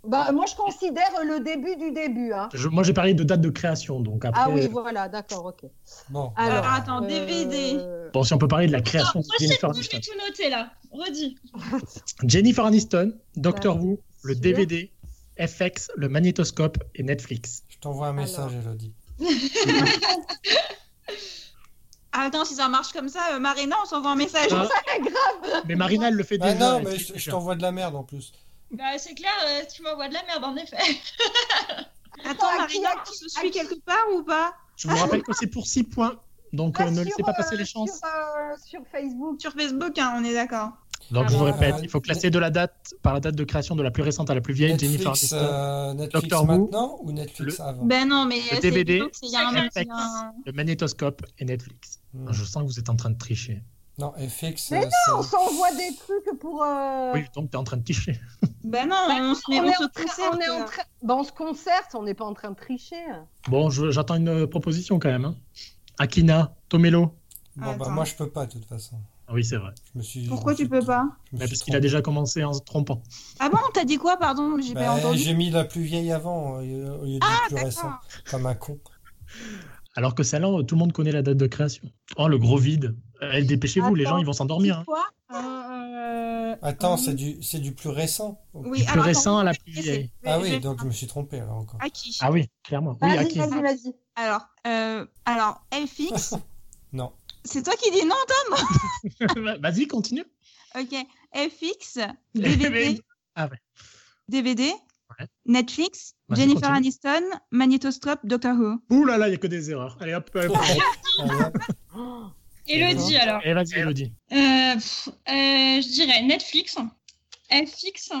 Speaker 5: Bah, moi, je considère le début du début. Hein.
Speaker 1: Je- moi, j'ai parlé de date de création, donc après. euh,
Speaker 5: Ah oui, voilà, d'accord, ok.
Speaker 2: Bon,
Speaker 5: Alors,
Speaker 4: Alors, attends, DVD.
Speaker 5: euh,
Speaker 1: Bon, si on peut parler de la création
Speaker 3: Attends,
Speaker 1: de Jennifer
Speaker 3: Rechète-moi, Ah, je
Speaker 1: Aniston.
Speaker 3: vais tout noter là. Redis.
Speaker 1: Jennifer Aniston, Doctor
Speaker 5: Bah,
Speaker 1: Who, le
Speaker 5: sûr.
Speaker 1: DVD, FX, le magnétoscope et Netflix.
Speaker 2: je t'envoie un message, Elodie.
Speaker 4: Ah, Attends, si ça marche comme ça, euh, Marina, on s'envoie un message.
Speaker 1: Ah. Mais Marina, elle le fait
Speaker 2: Ah
Speaker 1: déjà.
Speaker 2: non,
Speaker 1: elle
Speaker 2: mais
Speaker 1: fait
Speaker 2: je, je
Speaker 1: déjà.
Speaker 2: t'envoie de la merde en plus.
Speaker 3: Bah, c'est clair, euh, tu m'envoies de la merde en effet.
Speaker 4: Attends,
Speaker 5: à
Speaker 4: Marina,
Speaker 5: qui- à
Speaker 4: on se
Speaker 5: à qui-
Speaker 4: suit quelque part ou pas
Speaker 1: Je vous rappelle que c'est pour 6 points. Donc
Speaker 5: ah,
Speaker 1: euh, ne
Speaker 5: sur,
Speaker 1: laissez pas passer
Speaker 5: euh,
Speaker 1: les chances.
Speaker 5: Sur, euh, sur Facebook.
Speaker 4: Sur Facebook, hein, on est d'accord.
Speaker 1: Donc je
Speaker 3: Ah,
Speaker 1: vous
Speaker 3: voilà.
Speaker 1: répète, il faut classer de la date par la date de création de la plus récente à la plus vieille, Jennifer
Speaker 2: Netflix,
Speaker 1: Aniston,
Speaker 2: euh, Netflix
Speaker 1: Docteur Who.
Speaker 2: maintenant ou Netflix avant
Speaker 4: Ben non, mais euh, c'est
Speaker 1: DVD,
Speaker 4: plutôt que c'est- il y a un- il y a un-
Speaker 1: le magnétoscope et Netflix.
Speaker 2: Hmm.
Speaker 1: Je sens que vous êtes en train de tricher.
Speaker 2: Non, FX.
Speaker 5: Mais
Speaker 2: euh, c'est-
Speaker 5: On s'envoie des trucs pour. euh,
Speaker 1: Oui, donc tu es en train de tricher.
Speaker 4: Ben non, on se met-
Speaker 5: on,
Speaker 4: on
Speaker 5: est
Speaker 4: se
Speaker 5: en train-
Speaker 4: concerte.
Speaker 5: on est en train- bah, on se concerte, on n'est pas en train de tricher. hein.
Speaker 1: Bon, je- j'attends une euh, proposition quand même. hein. Akina, Tomelo.
Speaker 2: Bon, bah,
Speaker 4: Attends.
Speaker 2: moi, je peux pas, de toute façon.
Speaker 1: Ah oui, c'est vrai.
Speaker 2: Je me suis,
Speaker 4: Pourquoi
Speaker 2: je me
Speaker 4: tu
Speaker 2: suis-
Speaker 4: peux
Speaker 2: je me
Speaker 4: pas
Speaker 1: Mais Bah,
Speaker 2: suis
Speaker 1: parce qu'il a
Speaker 2: trompé.
Speaker 1: déjà commencé en se trompant.
Speaker 4: Ah bon, t'as dit quoi, pardon J'ai pas
Speaker 2: Bah,
Speaker 4: entendu.
Speaker 2: J'ai mis la plus vieille avant euh, au lieu du plus récent.
Speaker 4: Ah, D'accord.
Speaker 2: Comme un con.
Speaker 1: Alors que celle-là, euh, tout le monde connaît la date de création. Oh, le gros vide. Euh, Elle, dépêchez-vous, les gens,
Speaker 4: Attends,
Speaker 1: ils vont s'endormir. hein.
Speaker 4: C'est Quoi Euh, euh,
Speaker 2: Attends,
Speaker 4: euh,
Speaker 2: c'est du, c'est du plus récent.
Speaker 4: Oui,
Speaker 1: Plus
Speaker 4: alors,
Speaker 1: récent
Speaker 4: attends,
Speaker 1: à la
Speaker 4: je vais
Speaker 1: plus
Speaker 4: essayer.
Speaker 1: vieille.
Speaker 4: Je vais-
Speaker 2: Ah
Speaker 4: je
Speaker 2: oui,
Speaker 4: vais-
Speaker 2: donc je me suis trompé, alors encore.
Speaker 4: À qui
Speaker 1: Ah oui, clairement. Oui,
Speaker 5: Vas-y,
Speaker 1: Aki.
Speaker 5: vas-y, vas-y.
Speaker 4: Alors, euh, alors, FX.
Speaker 2: Non.
Speaker 4: C'est toi qui dis non,
Speaker 1: Vas-y, continue.
Speaker 4: toi Ok. FX,
Speaker 1: Mais-
Speaker 4: DVD,
Speaker 1: Ah ouais.
Speaker 4: DVD
Speaker 1: Ouais.
Speaker 4: Netflix,
Speaker 1: Vas-y,
Speaker 4: Jennifer
Speaker 1: continue.
Speaker 4: Aniston, Magnétoscope, Doctor Who.
Speaker 1: Ouh là là, il n'y a que des erreurs. Allez, hop,
Speaker 4: Ah,
Speaker 1: hop, hop.
Speaker 2: Allez, hop.
Speaker 3: Elodie alors.
Speaker 1: Et vas-y, Elodie.
Speaker 3: Euh, pff, euh, je dirais Netflix, FX,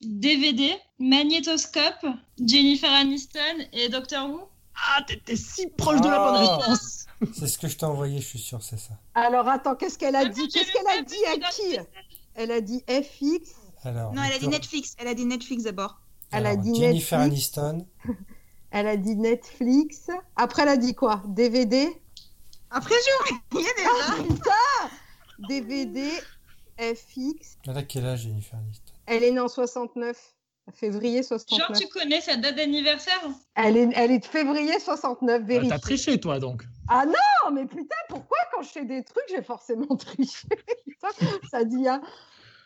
Speaker 3: DVD, Magnétoscope, Jennifer Aniston et Doctor Who.
Speaker 1: Ah, t'étais si proche de la bonne
Speaker 5: Oh.
Speaker 2: Ah.
Speaker 1: réponse.
Speaker 2: C'est ce que je t'ai envoyé, je suis sûr, c'est ça.
Speaker 5: Alors, attends, qu'est-ce qu'elle a
Speaker 3: Attends,
Speaker 5: dit
Speaker 3: j'ai
Speaker 5: Qu'est-ce
Speaker 3: le
Speaker 5: qu'elle a
Speaker 3: même,
Speaker 5: dit à
Speaker 3: mais
Speaker 5: qui
Speaker 3: dans-
Speaker 5: Elle a dit FX,
Speaker 2: Alors,
Speaker 4: Non, elle a dit
Speaker 2: Docteur-
Speaker 4: Netflix. Elle a dit Netflix d'abord.
Speaker 5: elle a
Speaker 2: alors,
Speaker 5: dit
Speaker 2: Jennifer
Speaker 5: Netflix.
Speaker 2: Aniston.
Speaker 5: elle a dit Netflix. Après, elle a dit quoi DVD
Speaker 4: Après, j'ai oublié
Speaker 5: Ah,
Speaker 4: déjà.
Speaker 5: DVD, FX.
Speaker 2: Elle a quel âge, Jennifer Aniston
Speaker 5: Elle est née en 69, février
Speaker 3: Genre
Speaker 5: 69.
Speaker 3: tu connais sa date d'anniversaire
Speaker 5: Elle, est, elle est de février 69,
Speaker 1: Euh,
Speaker 5: vérifie.
Speaker 1: T'as triché, toi, donc.
Speaker 5: Ah non, mais putain, pourquoi quand je fais des trucs, j'ai forcément triché Putain, Ça dit, hein.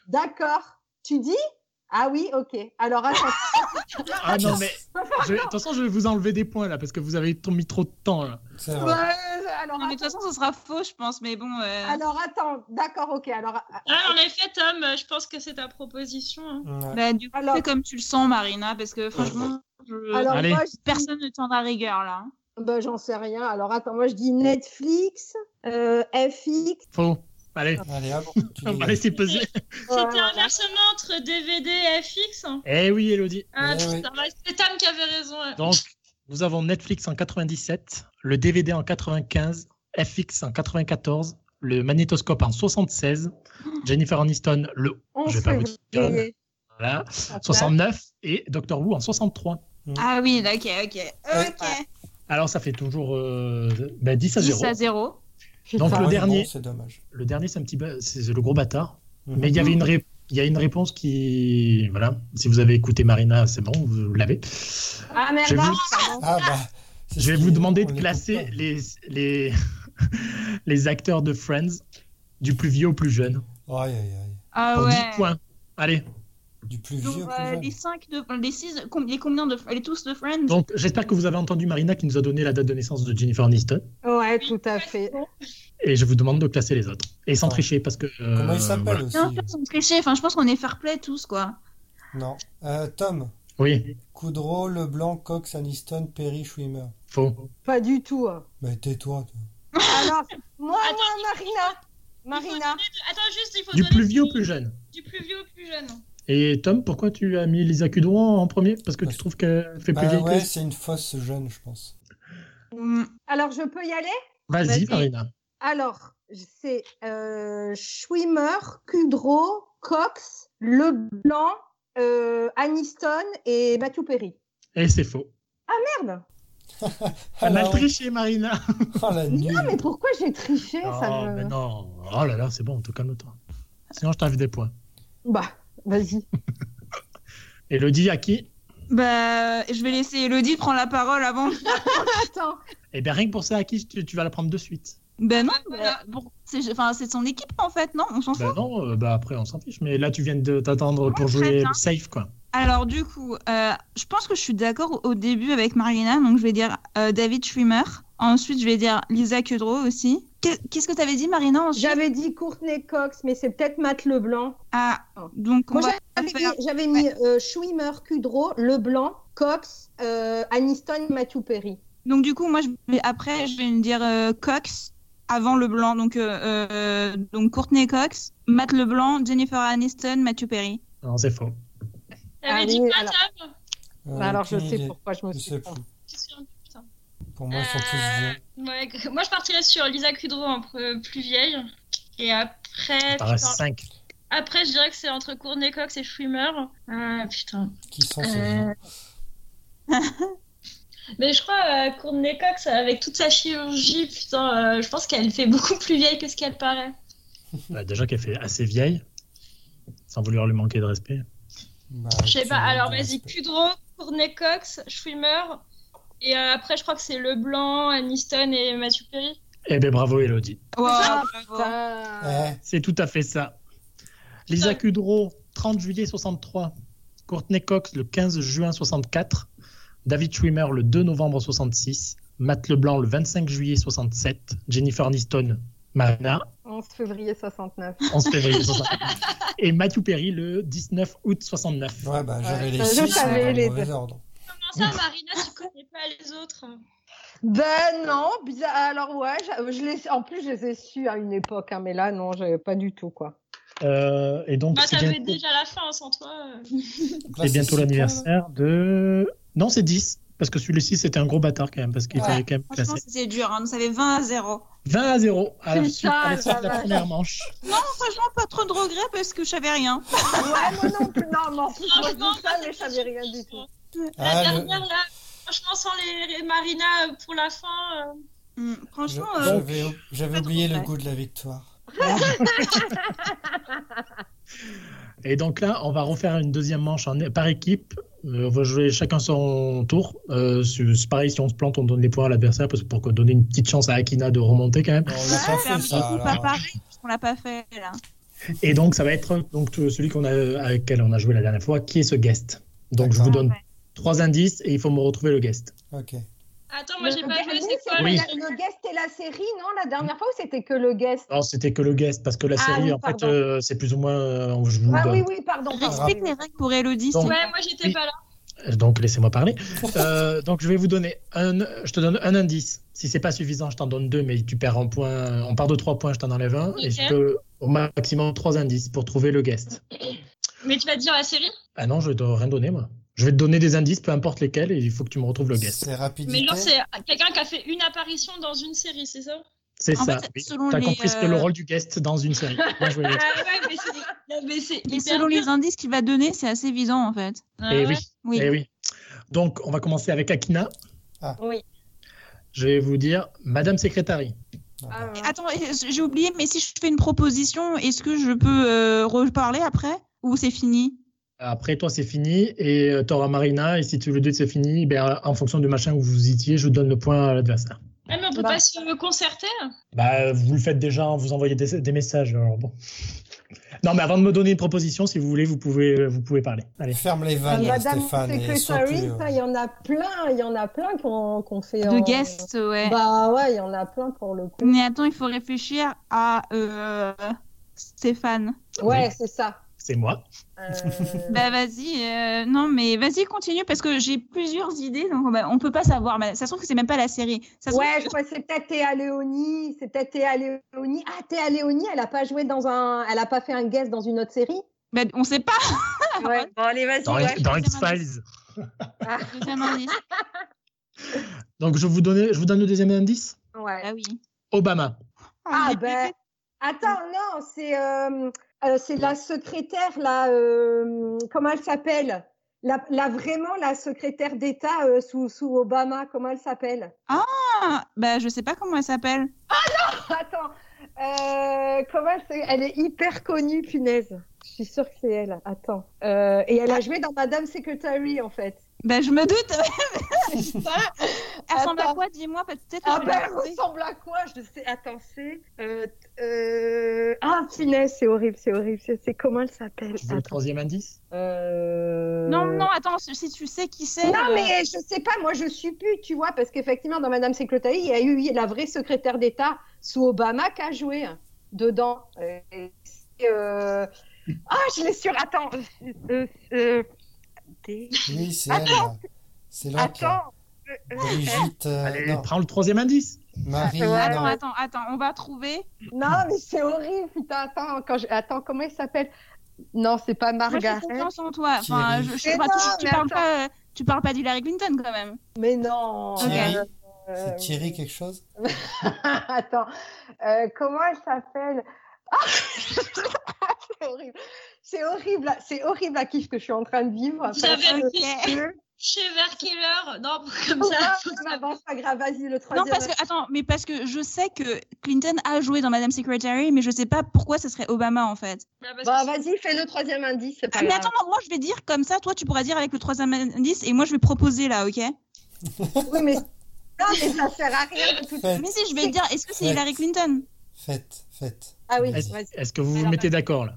Speaker 5: D'accord. Tu dis Ah oui, ok. Alors, attends.
Speaker 1: Ah non, mais. je- De toute façon, je vais vous enlever des points, là, parce que vous avez mis trop de temps, là.
Speaker 2: C'est
Speaker 5: Ouais,
Speaker 2: vrai.
Speaker 5: alors,
Speaker 4: Non, mais de toute
Speaker 5: attends.
Speaker 4: façon, ce sera faux, je pense. Mais bon. euh,
Speaker 5: Alors, attends. D'accord, ok. Alors,
Speaker 3: Ah, en effet, Tom, euh, je pense que c'est ta proposition. hein.
Speaker 2: Ouais.
Speaker 4: Bah, du coup,
Speaker 5: Alors-
Speaker 4: fais comme tu le sens, Marina, parce que franchement, je-
Speaker 5: alors
Speaker 1: Allez.
Speaker 5: moi, je dis-
Speaker 4: personne ne tend la rigueur là.
Speaker 5: bah, j'en sais rien. Alors, attends, moi, je dis Netflix, euh, FX.
Speaker 1: Faux. Allez,
Speaker 2: Allez, hop. tu
Speaker 1: on
Speaker 5: Ah,
Speaker 2: dis-
Speaker 1: va laisser peser.
Speaker 3: C'était
Speaker 5: voilà.
Speaker 3: inversement entre DVD et FX. hein.
Speaker 1: Eh oui, Elodie.
Speaker 3: Ah
Speaker 2: Eh oui.
Speaker 3: putain, bah, c'est Tom qui avait raison. hein.
Speaker 1: Donc, nous avons Netflix en 97, le DVD en 95, FX en 94, le magnétoscope en 76, Jennifer Aniston le
Speaker 5: On
Speaker 1: Je vais
Speaker 5: se
Speaker 1: pas vous
Speaker 5: fait
Speaker 1: dire.
Speaker 5: briller.
Speaker 1: voilà,
Speaker 2: Ah,
Speaker 5: Attends.
Speaker 1: 69 et Doctor Who en 63.
Speaker 4: Ah oui, là, ok, ok. Ok.
Speaker 1: Alors, ça fait toujours euh, ben, 10 à 0.
Speaker 4: 10 à 0.
Speaker 5: Putain.
Speaker 1: Donc, le
Speaker 2: Ouais,
Speaker 1: dernier.
Speaker 2: bon, C'est dommage.
Speaker 1: Le dernier, c'est un petit ba- c'est le gros bâtard.
Speaker 2: Mhm.
Speaker 1: Mais il y avait une ré- il y a une réponse qui voilà. Si vous avez écouté Marina, c'est bon, vous l'avez.
Speaker 5: Ah merde,
Speaker 1: Je vais vous-
Speaker 5: ah,
Speaker 2: Ah bah. c'est
Speaker 1: Je vais
Speaker 2: ce
Speaker 1: vous
Speaker 2: qui-
Speaker 1: demander
Speaker 2: on
Speaker 1: de
Speaker 2: écoute
Speaker 1: classer
Speaker 2: pas.
Speaker 1: les les les acteurs de Friends du plus vieux au plus jeune
Speaker 2: Oh, Aïe, aïe, aïe.
Speaker 4: Ah
Speaker 1: pour 10
Speaker 4: ouais.
Speaker 1: points. Allez,
Speaker 2: Du plus
Speaker 4: Donc,
Speaker 2: vieux au
Speaker 4: euh,
Speaker 2: plus jeune.
Speaker 4: les 5 de. Les 6. Les combien de. Les tous de Friends
Speaker 1: donc j'espère que vous avez entendu Marina qui nous a donné la date de naissance de Jennifer Aniston
Speaker 5: Ouais, tout à fait.
Speaker 1: et je vous demande de classer les autres et sans
Speaker 2: Ouais.
Speaker 1: tricher parce que euh,
Speaker 2: Comment il s'appelle
Speaker 1: voilà.
Speaker 2: aussi
Speaker 4: Non, en fait, ils sont trichés. Enfin, je pense qu'on est fair play tous, quoi.
Speaker 2: Non. Euh, Tom.
Speaker 1: Oui,
Speaker 2: Coudreau, Leblanc, Cox, Aniston, Perry, Schwimmer.
Speaker 1: faux.
Speaker 5: Pas du tout. hein.
Speaker 2: Mais tais-toi. toi.
Speaker 5: Alors, moi,
Speaker 3: Attends,
Speaker 5: moi, Ah, Marina.
Speaker 3: Il faut
Speaker 5: Marina.
Speaker 3: donner du- Attends, juste, il faut
Speaker 1: Du
Speaker 3: donner
Speaker 1: plus vieux au plus jeune.
Speaker 3: du plus vieux au plus jeune.
Speaker 1: Et Tom, pourquoi tu as mis Lisa Kudrow en premier Parce que tu
Speaker 2: Parce-
Speaker 1: trouves qu'elle fait plus
Speaker 2: Bah
Speaker 1: vieille que
Speaker 2: ouais, c'est une fausse jeune, je pense.
Speaker 4: Mm.
Speaker 5: Alors, je peux y aller
Speaker 1: Vas-y,
Speaker 5: Vas-y.
Speaker 1: Marina.
Speaker 5: Alors, c'est euh, Schwimmer, Kudrow, Cox, Leblanc, euh, Aniston et Matthew Perry.
Speaker 1: Et c'est faux.
Speaker 5: Merde
Speaker 1: On a
Speaker 2: Alors,
Speaker 1: triché, Marina.
Speaker 2: oh, la
Speaker 5: Non,
Speaker 2: nulle.
Speaker 5: mais pourquoi j'ai triché ça
Speaker 1: Oh,
Speaker 5: me-
Speaker 1: mais non. Oh là là, c'est bon, on te calme toi. Sinon, je t'invite des points.
Speaker 5: Bah, vas-y.
Speaker 1: Elodie, à qui
Speaker 4: Bah, je vais laisser Elodie prendre la parole avant.
Speaker 5: Attends,
Speaker 1: Eh bien, rien que pour ça, à qui tu, tu vas la prendre de suite
Speaker 4: Ben non,
Speaker 3: voilà.
Speaker 4: bah, bon, c'est enfin, c'est son équipe en fait, non On s'en fout.
Speaker 1: Bah non, euh, bah après, on s'en fiche. Mais là, tu viens de t'attendre pour
Speaker 4: Ouais,
Speaker 1: jouer
Speaker 4: très bien.
Speaker 1: safe, quoi.
Speaker 4: Alors du coup, euh, je pense que je suis d'accord au- au début avec Marina, donc je vais dire euh, David Schwimmer. Ensuite, je vais dire Lisa Kudrow aussi. Qu'est- Qu'est-ce que t'avais dit, Marina ensuite
Speaker 5: j'avais dit Courtney Cox, mais c'est peut-être Matt Leblanc.
Speaker 4: Ah, donc on
Speaker 5: Moi,
Speaker 4: va
Speaker 5: j'avais
Speaker 4: faire-
Speaker 5: mis, j'avais mis euh, Schwimmer, Kudrow, Leblanc, Cox, euh, Aniston, Matthew Perry.
Speaker 4: Donc du coup, moi, je vais- après, je vais me dire euh, Cox avant Leblanc. Donc, euh, euh, donc Courtney Cox, Matt Leblanc, Jennifer Aniston, Matthew Perry.
Speaker 1: Non, c'est faux.
Speaker 3: T'avais
Speaker 5: Ah
Speaker 3: dit
Speaker 5: oui,
Speaker 3: quoi,
Speaker 5: alors-
Speaker 3: Tom
Speaker 2: Euh,
Speaker 5: Bah, Alors, je
Speaker 2: aucune
Speaker 5: sais
Speaker 2: idée.
Speaker 5: pourquoi je me
Speaker 2: Je
Speaker 5: suis
Speaker 2: sais
Speaker 5: trompée.
Speaker 2: plus.
Speaker 3: Je suis un peu- putain.
Speaker 2: Pour moi, ils sont tous
Speaker 3: Euh,
Speaker 2: vieux.
Speaker 3: ouais, que- moi, je partirais sur Lisa Kudrow, un peu plus vieille. Et après,
Speaker 1: T'en restes
Speaker 3: putain,
Speaker 1: 5.
Speaker 3: après, je dirais que c'est entre Courtney Cox et Schwimmer. Ah putain.
Speaker 2: Qui sont ces
Speaker 3: Euh,
Speaker 2: vieux
Speaker 3: Mais je crois euh, Courtney Cox, avec toute sa chirurgie, putain, euh, je pense qu'elle fait beaucoup plus vieille que ce qu'elle paraît.
Speaker 1: Bah, déjà qu'elle fait assez vieille, sans vouloir lui manquer de respect.
Speaker 2: Bah,
Speaker 3: Je sais
Speaker 2: tu
Speaker 3: pas,
Speaker 2: manques
Speaker 3: alors
Speaker 2: de
Speaker 3: vas-y,
Speaker 2: respect.
Speaker 3: Kudrow, Courtney Cox, Schwimmer. Et euh, après, je crois que c'est Leblanc, Aniston et Matthew Perry.
Speaker 1: Eh bien, bravo, Elodie.
Speaker 4: Wow,
Speaker 5: Ah,
Speaker 4: bravo.
Speaker 5: Ça-
Speaker 2: Eh,
Speaker 1: C'est tout à fait ça. Lisa
Speaker 3: Ah.
Speaker 1: Kudrow, 30 juillet 63. Courtney Cox, le 15 juin 64. David Schwimmer, le 2 novembre 66. Matt Leblanc, le 25 juillet 67. Jennifer Aniston, Marina,
Speaker 5: 11 février 69.
Speaker 1: 11 février 67. Et Matthew Perry, le 19 août 69.
Speaker 2: Ouais, bah, j'avais
Speaker 5: Ouais,
Speaker 2: les
Speaker 5: je
Speaker 2: six, mais
Speaker 5: savais
Speaker 2: dans le
Speaker 5: les
Speaker 2: mauvais
Speaker 5: deux.
Speaker 2: ordre.
Speaker 3: Comment ça, Marina, tu connais pas les autres
Speaker 5: Ah, Ben non, bizarre. Alors ouais, j'a- je les... en plus je les ai su à une époque, hein, mais là non, j'avais pas du tout quoi.
Speaker 1: Euh, et donc,
Speaker 3: Bah,
Speaker 1: c'est
Speaker 3: ça
Speaker 1: bien-
Speaker 3: fait déjà la fin, hein, sans toi. euh.
Speaker 2: Donc là,
Speaker 1: c'est bientôt
Speaker 2: six
Speaker 1: l'anniversaire de. Non, c'est 10. Parce que celui-ci, c'était un gros bâtard quand même, parce qu'il
Speaker 5: Ouais.
Speaker 1: fallait quand même
Speaker 4: Franchement,
Speaker 1: classer.
Speaker 4: c'était dur. hein. Nous avait 20 à 0.
Speaker 1: 20 à 0 à la,
Speaker 5: Putain,
Speaker 1: suite- à la suite de la
Speaker 5: la vache.
Speaker 1: première manche.
Speaker 4: Non, franchement, pas trop de regrets parce que je savais rien.
Speaker 5: Ouais, moi non plus. Non, m'en fous, moi je
Speaker 3: Franchement,
Speaker 5: dis ça,
Speaker 3: moi,
Speaker 5: mais je
Speaker 3: c'est-
Speaker 5: savais rien du
Speaker 2: Ah,
Speaker 5: tout.
Speaker 3: hein. La
Speaker 2: le-
Speaker 3: dernière, là, franchement, sans les, les Marina euh, pour la fin. euh,
Speaker 4: Hmm,
Speaker 2: Je-
Speaker 4: franchement, euh,
Speaker 2: J'avais j'avais
Speaker 4: pas
Speaker 2: oublié
Speaker 4: trop
Speaker 2: le
Speaker 4: près.
Speaker 2: goût de la victoire.
Speaker 1: Et donc là, on va refaire une deuxième manche en- par équipe. Euh, on va jouer chacun son tour. Euh, c'est c'est pareil, si on se plante, on donne les points à l'adversaire parce que pour donner une petite chance à Akina de remonter quand même.
Speaker 2: On l'a
Speaker 5: Ah,
Speaker 4: Ouais,
Speaker 2: pas
Speaker 4: c'est un
Speaker 2: fait,
Speaker 4: petit
Speaker 2: ça.
Speaker 4: coup pas
Speaker 2: alors.
Speaker 4: pareil, puisqu'on l'a pas fait là.
Speaker 1: Et donc, ça va être donc, tout- celui qu'on a, avec lequel on a joué la dernière fois, qui est ce guest. Donc, je
Speaker 2: D'accord.
Speaker 1: vous donne
Speaker 4: Ouais.
Speaker 1: trois indices et il faut me retrouver le guest.
Speaker 2: Ok.
Speaker 3: Attends, moi, j'ai
Speaker 5: Le
Speaker 3: pas
Speaker 5: dernier,
Speaker 3: joué, c'est
Speaker 5: c'était
Speaker 3: quoi
Speaker 1: Oui.
Speaker 5: la- Le guest et la série, non La dernière fois, ou c'était que le guest
Speaker 1: Non, c'était que le guest parce que la
Speaker 5: Ah
Speaker 1: série,
Speaker 5: oui,
Speaker 1: en fait,
Speaker 5: pardon.
Speaker 1: euh, c'est plus ou moins. euh, on- je vous
Speaker 5: Ah
Speaker 1: donne-
Speaker 5: oui, oui, pardon. pardon.
Speaker 4: Respecte les règles pour Elodie.
Speaker 1: Donc-
Speaker 4: s'il te
Speaker 3: Ouais,
Speaker 4: plaît.
Speaker 3: moi, j'étais
Speaker 1: Oui.
Speaker 3: pas là.
Speaker 1: Donc, laissez-moi parler. Euh, donc, je vais vous donner un. Je te donne un indice. Si c'est pas suffisant, je t'en donne deux, mais tu perds un point. On part de trois points, je t'en enlève un. Et je
Speaker 3: Ok.
Speaker 1: peux au maximum trois indices pour trouver le guest.
Speaker 3: Mais tu vas te dire la série
Speaker 1: Ah non, je ne dois rien donner, moi. Je vais te donner des indices, peu importe lesquels, et il faut que tu me retrouves le guest.
Speaker 2: C'est
Speaker 3: Mais
Speaker 2: rapidité.
Speaker 3: genre, c'est quelqu'un qui a fait une apparition dans une série, c'est ça
Speaker 1: C'est
Speaker 4: En
Speaker 1: ça.
Speaker 4: fait,
Speaker 1: Oui.
Speaker 4: selon
Speaker 1: T'as
Speaker 4: les,
Speaker 1: compris ce que le
Speaker 4: euh,
Speaker 1: rôle du guest dans une série. Bien joué.
Speaker 3: Ah ouais, mais c'est- non, mais c'est
Speaker 4: Et
Speaker 3: hyper
Speaker 4: selon
Speaker 3: dur.
Speaker 4: les indices qu'il va donner, c'est assez évident en fait.
Speaker 3: Ah
Speaker 1: Eh
Speaker 3: ouais.
Speaker 1: oui,
Speaker 4: Oui.
Speaker 1: eh oui. Donc, on va commencer avec Akina.
Speaker 5: Oui.
Speaker 1: Je vais vous dire Madame Secretary.
Speaker 2: Ah, bah.
Speaker 5: Ah,
Speaker 4: Attends, et- j'ai oublié, mais si je fais une proposition, est-ce que je peux euh, reparler après Ou c'est fini
Speaker 1: Après, toi, c'est fini. Et euh, t'auras Marina. Et si tu le dis, c'est fini. Ben, en fonction du machin où vous étiez, je donne le point à l'adversaire.
Speaker 3: Ah, mais on peut
Speaker 5: Bah.
Speaker 3: pas se concerter
Speaker 1: Bah, vous le faites déjà, vous envoyez des, des messages. alors bon. Non, mais avant de me donner une proposition, si vous voulez, vous pouvez, euh, vous pouvez parler. Allez.
Speaker 2: Ferme les vannes,
Speaker 5: Madame
Speaker 2: Stéphane. et
Speaker 5: Secretary,
Speaker 2: surtout, euh,
Speaker 5: ça, il y en a plein, il y en a plein qu'on qu'on fait.
Speaker 4: De
Speaker 5: en-
Speaker 4: guest, ouais.
Speaker 5: Bah ouais, il y en a plein pour le coup.
Speaker 4: Mais attends, il faut réfléchir à euh, Stéphane.
Speaker 5: Ouais, c'est ça.
Speaker 1: C'est moi.
Speaker 5: Euh,
Speaker 4: Bah vas-y, euh, non mais vas-y continue parce que j'ai plusieurs idées donc on va- on peut pas savoir. Mais ça se trouve que c'est même pas la série. Ça se
Speaker 5: Ouais,
Speaker 4: trouve
Speaker 5: je crois que c'est peut-être Théa Léonie. C'est peut-être Théa Léonie. Ah, Théa Léonie, elle a pas joué dans un. Elle a pas fait un guest dans une autre série
Speaker 4: que- bah, on sait pas.
Speaker 5: Ouais, bon, allez, vas-y.
Speaker 1: Dans,
Speaker 5: ouais.
Speaker 1: dans
Speaker 4: je sais pas.
Speaker 1: X-Files.
Speaker 4: Deuxième indice.
Speaker 1: Donc, je vous, donne, je vous donne le deuxième indice
Speaker 5: Ouais.
Speaker 4: Ah oui.
Speaker 1: Obama.
Speaker 5: Ah,
Speaker 4: j'ai
Speaker 5: ben. Attends, non, c'est. euh, euh, c'est la secrétaire, là, euh, comment elle s'appelle la, la- vraiment la secrétaire d'État euh, sous, sous Obama, comment elle s'appelle
Speaker 4: Ah, bah, je sais pas comment elle s'appelle.
Speaker 5: Attends, euh, comment elle s'est- Elle est hyper connue, punaise. Je suis sûre que c'est elle. Attends. Euh, et
Speaker 4: Ah.
Speaker 5: elle a joué dans Madame Secretary, en fait.
Speaker 4: Bah, je me doute.
Speaker 5: Voilà.
Speaker 4: Elle ressemble à
Speaker 5: Attends.
Speaker 4: quoi Dis-moi, peut-être que
Speaker 5: Ah
Speaker 4: je vais
Speaker 5: ben,
Speaker 4: la
Speaker 5: elle
Speaker 4: trouver.
Speaker 5: ressemble à quoi Je sais. Attends, c'est. euh, euh, Ah, punaise, c'est horrible, c'est horrible. C'est c'est- comment elle s'appelle
Speaker 1: Tu veux le
Speaker 5: Attends.
Speaker 1: troisième indice
Speaker 5: Euh,
Speaker 4: Non, non, attends, si tu sais qui c'est.
Speaker 5: Non,
Speaker 4: euh,
Speaker 5: mais je sais pas, moi je suis plus, tu vois, parce qu'effectivement, dans Madame Secretary, il y a eu la vraie secrétaire d'État sous Obama qui a joué hein, dedans. Euh, et c'est, euh, Ah, je l'ai sur. Attends. euh, euh, des-
Speaker 2: Oui, c'est elle. C'est l'autre. là.
Speaker 5: Attends.
Speaker 2: Brigitte. euh,
Speaker 1: Allez,
Speaker 2: non,
Speaker 1: prends le troisième indice.
Speaker 2: Marie.
Speaker 4: euh, Attends,
Speaker 2: non.
Speaker 4: attends, attends, on va trouver.
Speaker 5: Non, mais c'est horrible, putain. Attends, quand je- attends comment il s'appelle Non, c'est pas
Speaker 4: Moi, j'ai
Speaker 5: Margaret.
Speaker 4: confiance en toi.
Speaker 2: Qui
Speaker 4: Enfin,
Speaker 2: est-
Speaker 4: je, je
Speaker 5: Mais
Speaker 4: sais pas,
Speaker 5: non,
Speaker 4: tu, tu
Speaker 5: mais
Speaker 4: parles pas, euh, tu parles pas d'Hillary Clinton quand même.
Speaker 5: Mais non.
Speaker 2: Thierry.
Speaker 5: Euh,
Speaker 2: C'est Thierry quelque chose
Speaker 5: Attends, euh, comment elle s'appelle Ah, C'est horrible, c'est horrible, la- c'est horrible la kiff que je suis en train de vivre. Après,
Speaker 3: J'avais
Speaker 5: euh,
Speaker 3: pris
Speaker 5: euh,
Speaker 3: chez Verkeller. Non, comme
Speaker 5: ouais,
Speaker 3: ça. faut que ça-
Speaker 5: bah, bon, c'est pas grave, vas-y, le
Speaker 4: Non,
Speaker 5: troisième.
Speaker 4: parce que, attends, mais parce que je sais que Clinton a joué dans Madame Secretary, mais je sais pas pourquoi ce serait Obama en fait. Ah,
Speaker 3: Bah, parce que
Speaker 5: Bah, vas-y, fais le troisième indice. c'est pas
Speaker 4: mais
Speaker 5: grave.
Speaker 4: attends, non, moi je vais dire comme ça, toi tu pourras dire avec le troisième indice et moi je vais proposer là, ok
Speaker 5: Oui, mais... Non, mais ça sert à rien de tout.
Speaker 2: Faites,
Speaker 4: Mais si, je vais dire, est-ce que c'est
Speaker 2: Ouais.
Speaker 4: Hillary Clinton
Speaker 2: faites, faites.
Speaker 5: Ah oui,
Speaker 1: Est-ce
Speaker 5: vas-y.
Speaker 1: est-ce que vous vous
Speaker 5: Alors,
Speaker 1: mettez d'accord là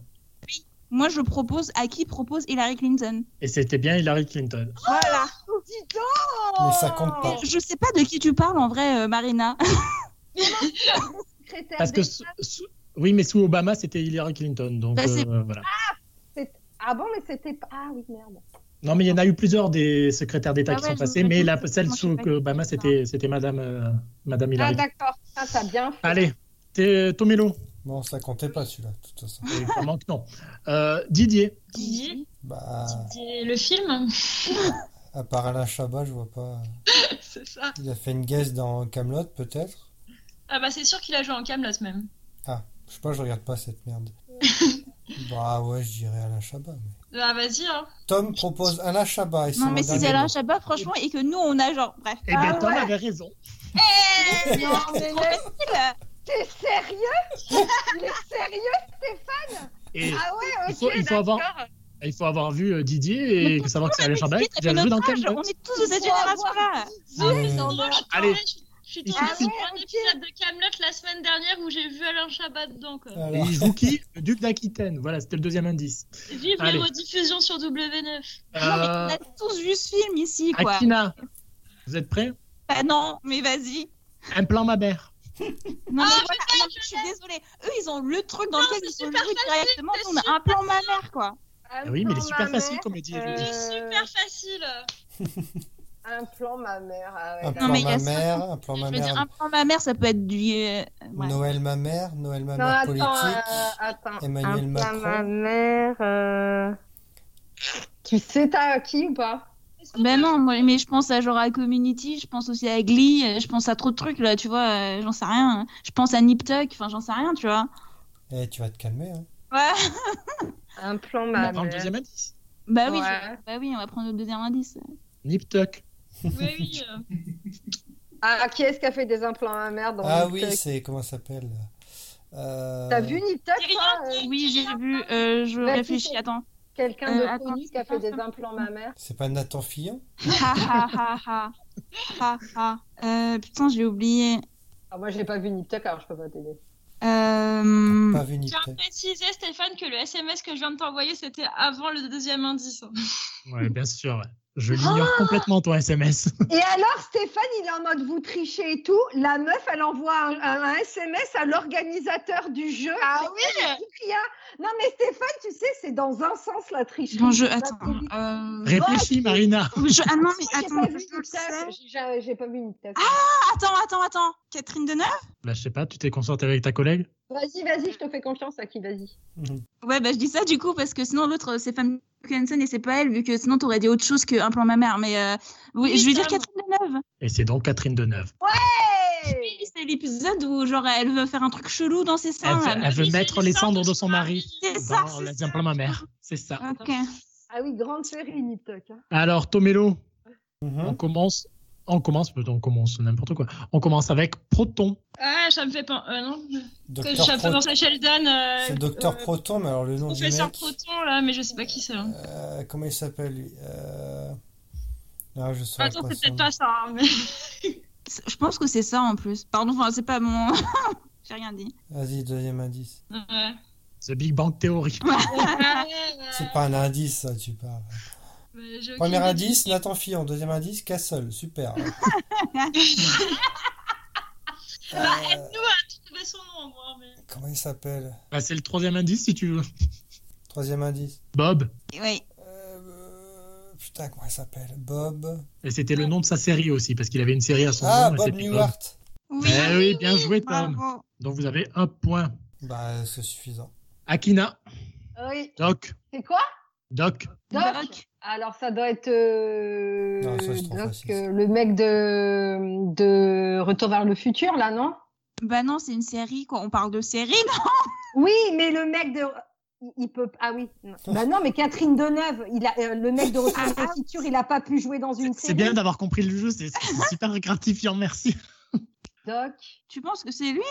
Speaker 4: Moi je propose, à qui propose Hillary Clinton
Speaker 1: Et c'était bien Hillary Clinton.
Speaker 5: Voilà. Oh, Dis donc
Speaker 2: Mais ça compte
Speaker 3: Oh.
Speaker 2: pas.
Speaker 4: Et Je sais pas de qui tu parles en vrai, euh, Marina.
Speaker 5: Secrétaire
Speaker 1: Parce que
Speaker 5: d'État.
Speaker 1: sous- sous- oui, mais sous Obama, c'était Hillary Clinton. Donc
Speaker 4: Bah, c'est-
Speaker 1: euh, voilà.
Speaker 5: Ah bon, mais c'était pas... Ah oui, merde.
Speaker 1: Non, mais il y en a eu plusieurs des secrétaires d'État
Speaker 4: Ah
Speaker 1: qui
Speaker 4: ouais,
Speaker 1: sont
Speaker 4: je
Speaker 1: passés,
Speaker 4: me
Speaker 1: mais
Speaker 4: rappelle
Speaker 1: la,
Speaker 4: plus,
Speaker 1: celle
Speaker 4: moi, je
Speaker 1: sous
Speaker 4: sais pas
Speaker 1: que
Speaker 4: qui
Speaker 1: Obama,
Speaker 4: c'est ça.
Speaker 1: c'était c'était Madame euh, Madame
Speaker 5: Ah
Speaker 1: Hillary.
Speaker 5: d'accord, ça, t'as bien fait.
Speaker 1: Allez, t'es- euh, Tomelo.
Speaker 2: Non, ça comptait pas celui-là, de toute façon.
Speaker 1: Évidemment que non. Euh, Didier.
Speaker 3: Didier,
Speaker 2: Bah,
Speaker 3: Didier, le film,
Speaker 2: à part Alain Chabat, je vois pas.
Speaker 3: c'est ça.
Speaker 2: Il a fait une guest dans Camelot, peut-être
Speaker 3: Ah bah c'est sûr qu'il a joué en Camelot même.
Speaker 2: Ah, je sais pas, je regarde pas cette merde. bah ouais, je dirais Alain Chabat. mais-
Speaker 3: Bah vas-y hein.
Speaker 2: Tom propose Alain Chabat. Et c'est
Speaker 4: Non,
Speaker 2: mon
Speaker 4: mais si
Speaker 2: dernier
Speaker 4: c'est Alain
Speaker 2: mot.
Speaker 4: Chabat, franchement, et que nous on a genre, bref.
Speaker 1: Eh bien,
Speaker 5: Ah
Speaker 1: t'en
Speaker 5: ouais.
Speaker 1: avais raison.
Speaker 5: Non, mais
Speaker 4: Trop facile.
Speaker 5: t'es sérieux Il est sérieux
Speaker 1: Et
Speaker 5: Ah ouais,
Speaker 1: Il
Speaker 5: ok,
Speaker 1: faut- il faut avoir-
Speaker 5: d'accord.
Speaker 1: il faut avoir vu euh, Didier et savoir que c'est Alain Chabat qui a joué dans
Speaker 4: T'as fait
Speaker 1: quel
Speaker 4: notre âge, On est tous de cette
Speaker 5: Il faut avoir-
Speaker 4: génération-là.
Speaker 3: Non,
Speaker 2: mais
Speaker 3: mais
Speaker 2: non,
Speaker 3: moi, je suis
Speaker 1: Allez.
Speaker 3: tombée- Je suis
Speaker 1: Ah
Speaker 3: tombée
Speaker 1: ouais,
Speaker 3: sur un épisode de Camelot la semaine dernière où j'ai vu Alain Chabat dedans quoi.
Speaker 1: Et
Speaker 2: Alors,
Speaker 1: il joue qui Le duc d'Aquitaine. Voilà, c'était le deuxième indice.
Speaker 3: Vive
Speaker 1: Allez.
Speaker 3: les rediffusions sur W9.
Speaker 4: Non, mais
Speaker 1: Euh,
Speaker 4: on a tous vu ce film ici, quoi.
Speaker 1: Akina, vous êtes prêts
Speaker 4: Bah non, mais vas-y.
Speaker 1: Un plan ma mère.
Speaker 4: Non,
Speaker 3: Ah,
Speaker 4: mais
Speaker 3: je
Speaker 4: voilà,
Speaker 3: sais,
Speaker 4: non, mais
Speaker 3: je
Speaker 4: je suis désolée. Eux, ils ont le truc dans
Speaker 3: Non,
Speaker 4: lequel
Speaker 3: c'est
Speaker 4: ils sont
Speaker 3: super
Speaker 4: joués
Speaker 3: facile,
Speaker 4: directement.
Speaker 3: c'est
Speaker 4: Nous, on a un plan ma mère, quoi.
Speaker 5: Un
Speaker 1: Ah oui, mais il est
Speaker 5: plan
Speaker 1: super
Speaker 5: ma
Speaker 1: facile
Speaker 5: mère,
Speaker 1: comme le dit.
Speaker 5: euh,
Speaker 1: Elodie.
Speaker 3: Super facile.
Speaker 5: Un plan ma mère. ah ouais,
Speaker 2: un
Speaker 5: d'accord.
Speaker 2: plan
Speaker 4: Non, mais il y
Speaker 2: ma
Speaker 4: a ça.
Speaker 2: mère, un plan
Speaker 4: Je
Speaker 2: ma
Speaker 4: veux dire,
Speaker 2: mère,
Speaker 4: un plan ma mère, ça peut être du. euh, ouais.
Speaker 2: Noël ma mère, Noël ma
Speaker 5: Non,
Speaker 2: mère
Speaker 5: attends,
Speaker 2: politique,
Speaker 5: euh, attends.
Speaker 2: Emmanuel
Speaker 5: un plan ma
Speaker 2: Macron.
Speaker 5: mère. euh, Tu sais t'as qui ou pas
Speaker 3: Est-ce qu'on
Speaker 4: Ben
Speaker 3: peut-
Speaker 4: non, moi, mais je pense à genre à Community, je pense aussi à Glee, euh, je pense à trop de trucs là, tu vois, euh, j'en sais rien. Je pense à Nip Tuck, enfin j'en sais rien, tu vois.
Speaker 2: Eh, tu vas te calmer. Hein.
Speaker 4: Ouais.
Speaker 5: Un plan
Speaker 1: On
Speaker 5: ma
Speaker 1: prend le
Speaker 5: mère.
Speaker 1: deuxième indice.
Speaker 4: Bah oui,
Speaker 5: Ouais.
Speaker 4: bah oui, on va prendre le deuxième indice.
Speaker 1: Nip Tuck.
Speaker 3: Oui, oui. euh,
Speaker 5: Ah, qui est-ce qui a fait des implants ma mère dans
Speaker 2: Ah
Speaker 5: Nip
Speaker 2: oui,
Speaker 5: Tuck
Speaker 2: c'est comment ça s'appelle euh...
Speaker 5: T'as vu Nip Tuck,
Speaker 3: Thierry
Speaker 5: toi, euh,
Speaker 3: Lhermitte.
Speaker 4: Oui, j'ai vu, euh, je
Speaker 5: Vas-y,
Speaker 4: réfléchis,
Speaker 5: c'est-
Speaker 4: attends.
Speaker 5: Quelqu'un
Speaker 4: Euh,
Speaker 5: de
Speaker 4: attends,
Speaker 5: connu qui a
Speaker 4: c'est pas
Speaker 5: fait des
Speaker 4: ça.
Speaker 5: implants ma mère
Speaker 2: C'est pas Nathan Fillon
Speaker 4: Ha ha ha ha. Ha ha. Euh, putain, j'ai oublié.
Speaker 5: ah, Moi, je n'ai pas vu Nip Tuck, alors je peux pas t'aider.
Speaker 4: Euh...
Speaker 2: Pas vu ni
Speaker 3: Je tiens à
Speaker 2: tête.
Speaker 3: préciser, Stéphane, que le SMS que je viens de t'envoyer, c'était avant le deuxième indice.
Speaker 1: Ouais, bien sûr. ouais. Je l'ignore
Speaker 4: Ah
Speaker 1: complètement ton SMS.
Speaker 5: Et alors, Stéphane, il est en mode vous trichez et tout. La meuf, elle envoie un, un- un SMS à l'organisateur du jeu.
Speaker 3: Ah
Speaker 5: C'est
Speaker 3: oui
Speaker 5: Cyprien. Non, mais Stéphane, tu sais, c'est dans un sens la tricherie.
Speaker 4: Bon, je...
Speaker 5: Ça
Speaker 4: Attends.
Speaker 5: fait vite.
Speaker 4: Euh...
Speaker 1: Réfléchis, Marina.
Speaker 4: je- Ah non, mais
Speaker 5: J'ai
Speaker 4: attends,
Speaker 5: pas
Speaker 4: je le
Speaker 5: vu Nip Tuck.
Speaker 4: sais.
Speaker 5: J'ai- J'ai pas vu Nip Tuck.
Speaker 4: Ah, attends, attends, attends. Catherine Deneuve
Speaker 1: Bah, je sais pas, tu t'es concerté avec ta collègue
Speaker 5: Vas-y, vas-y, je te fais confiance à qui, vas-y.
Speaker 4: Ouais, bah je dis ça du coup parce que sinon l'autre c'est Femme Johansson et c'est pas elle vu que sinon t'aurais dit autre chose qu'un plan ma mère. Mais euh, oui,
Speaker 3: Oui,
Speaker 4: je vais dire
Speaker 3: Sam.
Speaker 4: Catherine Deneuve.
Speaker 1: Et c'est donc Catherine Deneuve.
Speaker 5: Hey
Speaker 4: Oui, c'est l'épisode où genre elle veut faire un truc chelou dans ses
Speaker 1: Elle
Speaker 4: seins.
Speaker 1: veut,
Speaker 4: là.
Speaker 1: elle veut
Speaker 3: Il fait
Speaker 1: mettre
Speaker 3: les
Speaker 1: les
Speaker 3: cendres
Speaker 1: cendres de son mari
Speaker 4: C'est ça.
Speaker 1: dans
Speaker 4: c'est
Speaker 1: la
Speaker 4: ça.
Speaker 1: diable ma mère. C'est ça.
Speaker 4: Ok.
Speaker 5: Ah oui, grande série, Niptuck. hein.
Speaker 1: Alors, Tomelo, on Hein
Speaker 2: Mhm.
Speaker 1: commence. On commence, plutôt, on commence n'importe quoi. On commence avec Proton.
Speaker 3: Ah, ça me fait pas. Euh, non. Que-
Speaker 2: Docteur
Speaker 3: ça me fait
Speaker 2: Pro-
Speaker 3: penser à Sheldon. euh,
Speaker 2: C'est Docteur
Speaker 3: euh,
Speaker 2: Proton, mais alors le nom du mec.
Speaker 3: Professeur Proton, là, mais je sais pas qui c'est. hein.
Speaker 2: euh, comment il s'appelle lui Euh, Ah, je saurais
Speaker 3: Attends,
Speaker 2: pas
Speaker 3: c'est
Speaker 2: son
Speaker 3: peut-être
Speaker 2: nom.
Speaker 3: pas ça. hein, mais-
Speaker 4: C'est- Je pense que c'est ça en plus. Pardon, enfin, c'est pas mon. J'ai rien dit.
Speaker 2: Vas-y, deuxième indice.
Speaker 3: Ouais.
Speaker 1: The Big Bang Theory.
Speaker 3: Euh,
Speaker 2: C'est pas un indice, ça, tu parles.
Speaker 3: Mais j'ai aucune
Speaker 2: Premier
Speaker 3: idée.
Speaker 2: indice, Nathan Fillon. Deuxième indice, Castle. Super.
Speaker 3: Bah,
Speaker 2: Euh,
Speaker 3: aide-nous à trouver son nom, au moins, mais-
Speaker 2: comment il s'appelle
Speaker 1: Bah, c'est le troisième indice si tu veux.
Speaker 2: Troisième indice.
Speaker 1: Bob.
Speaker 4: Oui.
Speaker 2: Euh, euh, putain, comment il s'appelle Bob.
Speaker 1: Et c'était le nom de sa série aussi, parce qu'il avait une série à son
Speaker 2: Ah,
Speaker 1: nom. et
Speaker 2: Bob
Speaker 1: c'était
Speaker 2: Newhart.
Speaker 4: Oui.
Speaker 1: Eh oui, bien joué, Tom.
Speaker 4: Bravo.
Speaker 1: Donc vous avez un point.
Speaker 2: Bah, c'est suffisant.
Speaker 1: Akina.
Speaker 4: Ah
Speaker 5: Oui.
Speaker 1: Doc.
Speaker 5: C'est quoi
Speaker 1: Doc.
Speaker 5: Doc
Speaker 4: Doc.
Speaker 5: Alors, ça doit être euh,
Speaker 2: Non, ça, c'est trop
Speaker 5: Doc,
Speaker 2: facile.
Speaker 5: euh, le mec de... de Retour vers le futur, là, non
Speaker 4: Bah non, c'est une série quoi. On parle de série.
Speaker 5: Oui, mais le mec de. il- Il peut. Ah oui. non. Bah non, mais Catherine Deneuve, il a... euh, le mec de Retour
Speaker 4: Ah,
Speaker 5: vers le futur, il n'a pas pu jouer dans une
Speaker 1: C'est- C'est
Speaker 5: série.
Speaker 1: bien d'avoir compris le jeu, c'est c'est super gratifiant, merci.
Speaker 5: Doc.
Speaker 4: Tu penses que c'est lui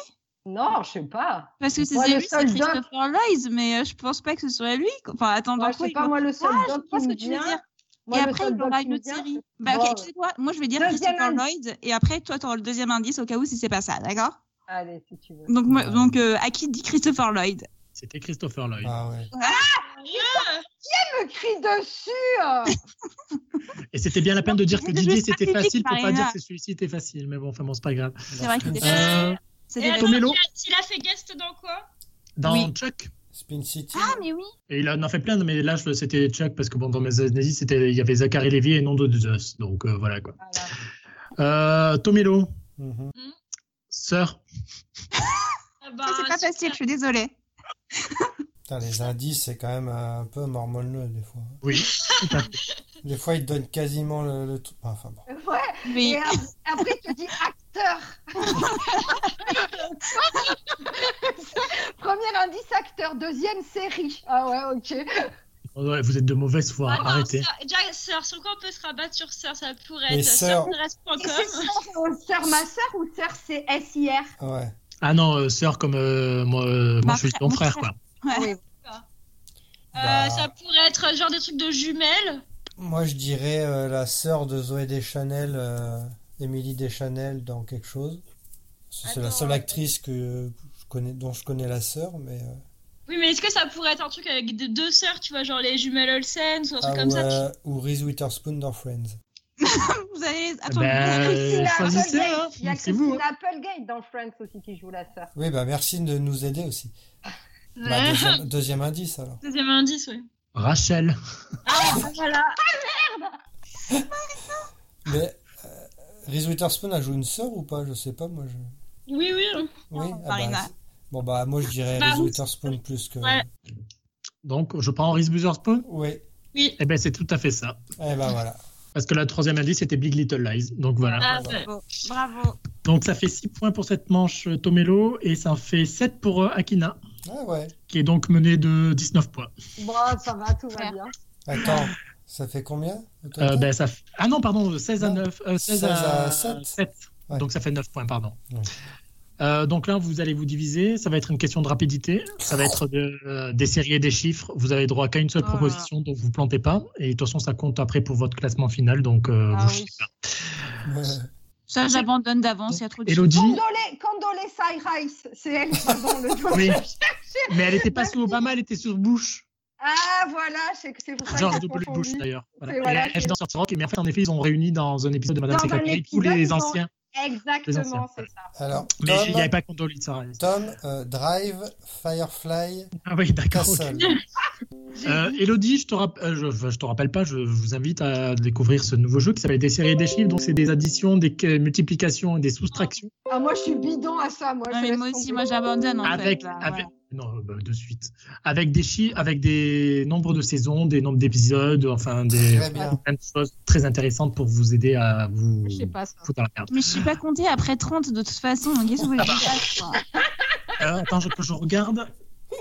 Speaker 5: Non, je sais pas.
Speaker 4: Parce que si
Speaker 5: Moi,
Speaker 4: c'est
Speaker 5: le
Speaker 4: lui, c'est
Speaker 5: seul doc-
Speaker 4: Christopher Lloyd, mais euh, je pense pas que ce soit lui. quoi. Enfin, attends,
Speaker 5: Moi,
Speaker 4: dans
Speaker 5: je
Speaker 4: quoi
Speaker 5: sais
Speaker 4: il
Speaker 5: pas,
Speaker 4: va-
Speaker 5: moi, le seul
Speaker 4: Ah,
Speaker 5: doc
Speaker 4: je vois
Speaker 5: qui
Speaker 4: ce
Speaker 5: me
Speaker 4: que tu veux
Speaker 5: vient-
Speaker 4: dire.
Speaker 5: moi,
Speaker 4: et
Speaker 5: le
Speaker 4: après,
Speaker 5: seul
Speaker 4: il
Speaker 5: doc
Speaker 4: aura
Speaker 5: qui
Speaker 4: une
Speaker 5: me
Speaker 4: autre
Speaker 5: vient,
Speaker 4: série.
Speaker 5: c'est-
Speaker 4: Bah,
Speaker 5: Bon,
Speaker 4: ok, tu sais quoi Moi, je vais dire
Speaker 5: Deuxième
Speaker 4: Christopher
Speaker 5: indice.
Speaker 4: Lloyd, et après, toi, t'auras le deuxième indice au cas où si c'est pas ça, d'accord
Speaker 5: Allez, si tu veux.
Speaker 4: Donc, moi-
Speaker 2: Ouais.
Speaker 4: donc euh, à qui dit Christopher Lloyd
Speaker 1: C'était Christopher Lloyd.
Speaker 2: Ah ouais.
Speaker 5: me crie dessus
Speaker 1: Et c'était bien la peine de dire que
Speaker 4: Je
Speaker 1: Didier
Speaker 4: sais pas
Speaker 1: c'était
Speaker 4: qui dit
Speaker 1: facile pour pas
Speaker 4: Marina.
Speaker 1: dire que celui-ci était facile, mais bon, enfin bon, c'est pas grave.
Speaker 4: C'est vrai que
Speaker 2: Spin-
Speaker 4: c'était-
Speaker 1: Euh,
Speaker 4: C'est
Speaker 3: Et
Speaker 4: des-
Speaker 3: alors,
Speaker 1: Tomelo.
Speaker 3: il a- il a fait guest dans quoi
Speaker 1: dans
Speaker 4: Oui.
Speaker 1: Chuck,
Speaker 2: Spin City.
Speaker 4: Ah, mais oui
Speaker 1: et il en a fait plein, mais là je- c'était Chuck parce que bon, dans mes analyses, c'était il y avait Zachary Lévy et non de Zeus, donc euh, voilà quoi. Euh, Tomelo,
Speaker 2: Mhm.
Speaker 1: sœur,
Speaker 3: Ah
Speaker 4: Ça,
Speaker 3: bah,
Speaker 4: c'est pas
Speaker 3: super.
Speaker 4: facile, je suis désolée.
Speaker 2: Putain, les indices, c'est quand même euh, un peu mormonneux, des fois.
Speaker 1: oui. tout à fait.
Speaker 2: Des fois, ils te donnent quasiment le, le tout. Enfin, bon.
Speaker 5: Ouais,
Speaker 4: Mais
Speaker 5: et ap- après tu dis acteur. Premier indice, acteur. Deuxième, série. Ah ouais, ok.
Speaker 1: Ouais, vous êtes de mauvaise foi,
Speaker 3: Ah non,
Speaker 1: arrêtez.
Speaker 3: Sœur- Déjà, sœur, sur quoi on peut se rabattre sur sœur Ça pourrait
Speaker 2: Mais
Speaker 3: être
Speaker 2: sœur-
Speaker 5: Et c'est
Speaker 3: sœur.com.
Speaker 5: sœur, euh, sœur, ma sœur ou sœur, c'est S-I-R
Speaker 2: Ouais.
Speaker 1: Ah non, euh, sœur comme euh, moi, euh, moi
Speaker 4: Ma
Speaker 1: je suis
Speaker 4: frère-
Speaker 1: ton
Speaker 4: mon
Speaker 1: frère
Speaker 4: frère.
Speaker 1: quoi.
Speaker 4: ouais.
Speaker 5: Oui.
Speaker 2: Bah,
Speaker 3: Euh, ça pourrait être genre des trucs de jumelles.
Speaker 2: Moi, je dirais euh, la sœur de Zoé Deschanel, euh, Émilie Deschanel, dans quelque chose. Parce que C'est la
Speaker 3: Attends,
Speaker 2: seule
Speaker 3: euh,
Speaker 2: actrice que je connais, dont je connais la sœur, mais. euh,
Speaker 3: Oui, mais est-ce que ça pourrait être un truc avec des- deux sœurs, tu vois, genre les jumelles Olsen ou un truc
Speaker 2: ah,
Speaker 3: comme
Speaker 2: ou,
Speaker 3: ça
Speaker 2: euh, ou Reese Witherspoon dans Friends.
Speaker 4: Vous allez.
Speaker 1: Ben,
Speaker 4: Attends, vous allez-
Speaker 1: Euh,
Speaker 5: Christina
Speaker 1: choisissez,
Speaker 5: Applegate.
Speaker 1: hein.
Speaker 5: Il y a
Speaker 1: C'est vous,
Speaker 5: Christina Applegate dans Friends aussi qui joue la sœur.
Speaker 2: Oui, bah merci de nous aider aussi. Bah,
Speaker 3: Ouais.
Speaker 2: deuxième, deuxième indice alors.
Speaker 3: Deuxième indice, oui.
Speaker 1: Rachel,
Speaker 3: Ah, voilà.
Speaker 2: Mais euh, Reese Witherspoon a joué une sœur ou pas Je sais pas, moi. Je...
Speaker 3: Oui, oui.
Speaker 2: Oui,
Speaker 4: Non,
Speaker 2: ah,
Speaker 4: Marina.
Speaker 2: bah, c'est- bon bah moi je dirais
Speaker 3: Bah,
Speaker 2: Reese
Speaker 3: oui.
Speaker 2: Witherspoon plus que.
Speaker 3: Ouais.
Speaker 1: donc je prends Reese Witherspoon.
Speaker 2: Oui.
Speaker 3: Oui.
Speaker 1: Eh ben c'est tout à fait ça.
Speaker 2: Eh ben voilà.
Speaker 1: Parce que la troisième indice, c'était Big Little Lies. Donc voilà.
Speaker 3: Ah,
Speaker 2: ouais.
Speaker 3: ouais.
Speaker 4: Bravo. Bravo.
Speaker 1: Donc ça fait 6 points pour cette manche euh, Tomelo et ça en fait 7 pour euh, Akina,
Speaker 2: Ah ouais.
Speaker 1: qui est donc menée de 19 points.
Speaker 5: Bon, ça va, tout va bien.
Speaker 2: Attends, ça fait combien au
Speaker 1: Euh,
Speaker 2: total
Speaker 1: ben, ça f- Ah non, pardon, 16 à,
Speaker 2: Non.
Speaker 1: 9, euh, 16
Speaker 2: 16
Speaker 1: à
Speaker 2: à 7.
Speaker 1: 7.
Speaker 2: Ouais.
Speaker 1: Donc ça fait 9 points, pardon.
Speaker 2: Ouais.
Speaker 1: Euh, donc là, vous allez vous diviser. Ça va être une question de rapidité. Ça va être de- euh, des séries et des chiffres. Vous avez droit qu'à une seule
Speaker 4: Ah.
Speaker 1: proposition, donc vous plantez pas. Et de toute façon, ça compte après pour votre classement final. Donc euh,
Speaker 4: Ah
Speaker 1: vous
Speaker 4: oui.
Speaker 1: chiez pas.
Speaker 2: Ouais.
Speaker 4: Ça, j'abandonne d'avance, il y a trop de.
Speaker 1: Elodie,
Speaker 5: Condolé, Condolé Sai Rice, c'est elle qui est dans le jeu.
Speaker 1: Oui. mais elle n'était pas sous Obama, elle était sur Bush.
Speaker 5: Ah voilà, c'est c'est pour ça que
Speaker 1: George
Speaker 5: j'ai
Speaker 1: W.
Speaker 5: confondu.
Speaker 1: Bush d'ailleurs. Voilà.
Speaker 5: C'est
Speaker 1: Et
Speaker 5: voilà,
Speaker 1: elle
Speaker 5: c'est-
Speaker 1: dans Sorti Rock, mais en fait, en effet, ils ont réuni dans un épisode de Madame
Speaker 5: Dans un
Speaker 1: Secretary tous
Speaker 5: épisode,
Speaker 1: les
Speaker 5: ils ont-
Speaker 1: anciens.
Speaker 5: Exactement, c'est ça.
Speaker 2: Alors
Speaker 1: Mais il n'y
Speaker 2: Tom,
Speaker 1: avait pas Condoleezza Rice.
Speaker 2: Tom euh, Drive, Firefly,
Speaker 1: Ah oui, d'accord. ok.
Speaker 2: Castle.
Speaker 1: Euh, Elodie, je te, rapp- euh, je, enfin, je te rappelle pas, je vous invite à découvrir ce nouveau jeu qui s'appelle Des séries et des chiffres. Donc, c'est des additions, des que- multiplications et des soustractions
Speaker 5: Ah moi je suis bidon à ça, moi.
Speaker 4: Non,
Speaker 5: je
Speaker 4: mais
Speaker 5: laisse
Speaker 4: moi aussi,
Speaker 5: tomber.
Speaker 4: moi
Speaker 5: Ah,
Speaker 4: j'abandonne en
Speaker 1: avec,
Speaker 4: fait. là,
Speaker 1: avec,
Speaker 4: voilà.
Speaker 1: Non, bah, de suite. Avec des chi avec des nombres de saisons, des nombres d'épisodes, enfin des
Speaker 2: Très bien.
Speaker 1: plein de choses très intéressantes pour vous aider à vous
Speaker 5: Je sais pas ça.
Speaker 1: foutre dans la merde.
Speaker 4: Mais je suis pas comptée après 30 de toute façon, donc qu'est-ce que vous
Speaker 1: Ah
Speaker 4: voulez que je fasse, quoi
Speaker 1: Euh, attends, je- que je regarde.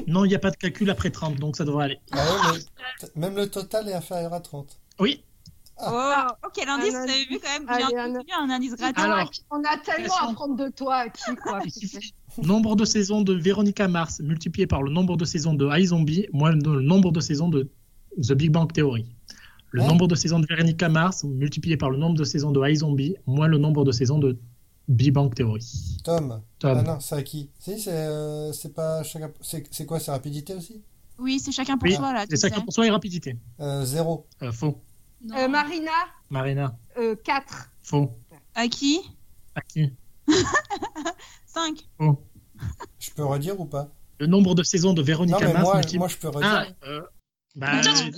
Speaker 1: Non, il n'y a pas de calcul après 30, donc ça devrait aller.
Speaker 2: Ah ouais, mais même le total est inférieur à 30.
Speaker 1: Oui,
Speaker 4: Oh, ok, l'indice, vous
Speaker 5: Alan.
Speaker 4: avez vu quand même,
Speaker 5: Allez,
Speaker 4: j'ai un-
Speaker 5: Alan.
Speaker 4: j'ai un indice gratuit.
Speaker 1: Alors,
Speaker 5: on a tellement à prendre de toi, qui quoi.
Speaker 1: nombre de saisons de Véronica Mars multiplié par le nombre de saisons de iZombie moins le nombre de saisons de The Big Bang Theory. Le
Speaker 2: Ouais.
Speaker 1: nombre de saisons de Véronica Mars multiplié par le nombre de saisons de iZombie moins le nombre de saisons de Big Bang Theory.
Speaker 2: Tom.
Speaker 1: Tom.
Speaker 2: Ah non, c'est à qui Si, c'est euh, c'est pas chacun. C'est c'est quoi C'est rapidité aussi
Speaker 4: Oui, c'est chacun pour
Speaker 1: Ah. Oui,
Speaker 4: soi, là, tu
Speaker 1: C'est
Speaker 4: sais.
Speaker 1: 50% et rapidité.
Speaker 2: euh, Zéro.
Speaker 1: Euh, faux.
Speaker 5: Euh, Marina, euh,
Speaker 1: Marina,
Speaker 5: 4.
Speaker 1: faux.
Speaker 4: À qui
Speaker 1: À qui
Speaker 4: 5.
Speaker 1: Faux.
Speaker 2: Je peux redire ou pas
Speaker 1: Le nombre de saisons de
Speaker 2: Non,
Speaker 1: Véronica
Speaker 2: mais
Speaker 1: Mars
Speaker 2: moi,
Speaker 1: multiplié-
Speaker 2: moi je peux redire.
Speaker 1: Ah, euh, bah,
Speaker 3: Attends,
Speaker 1: les-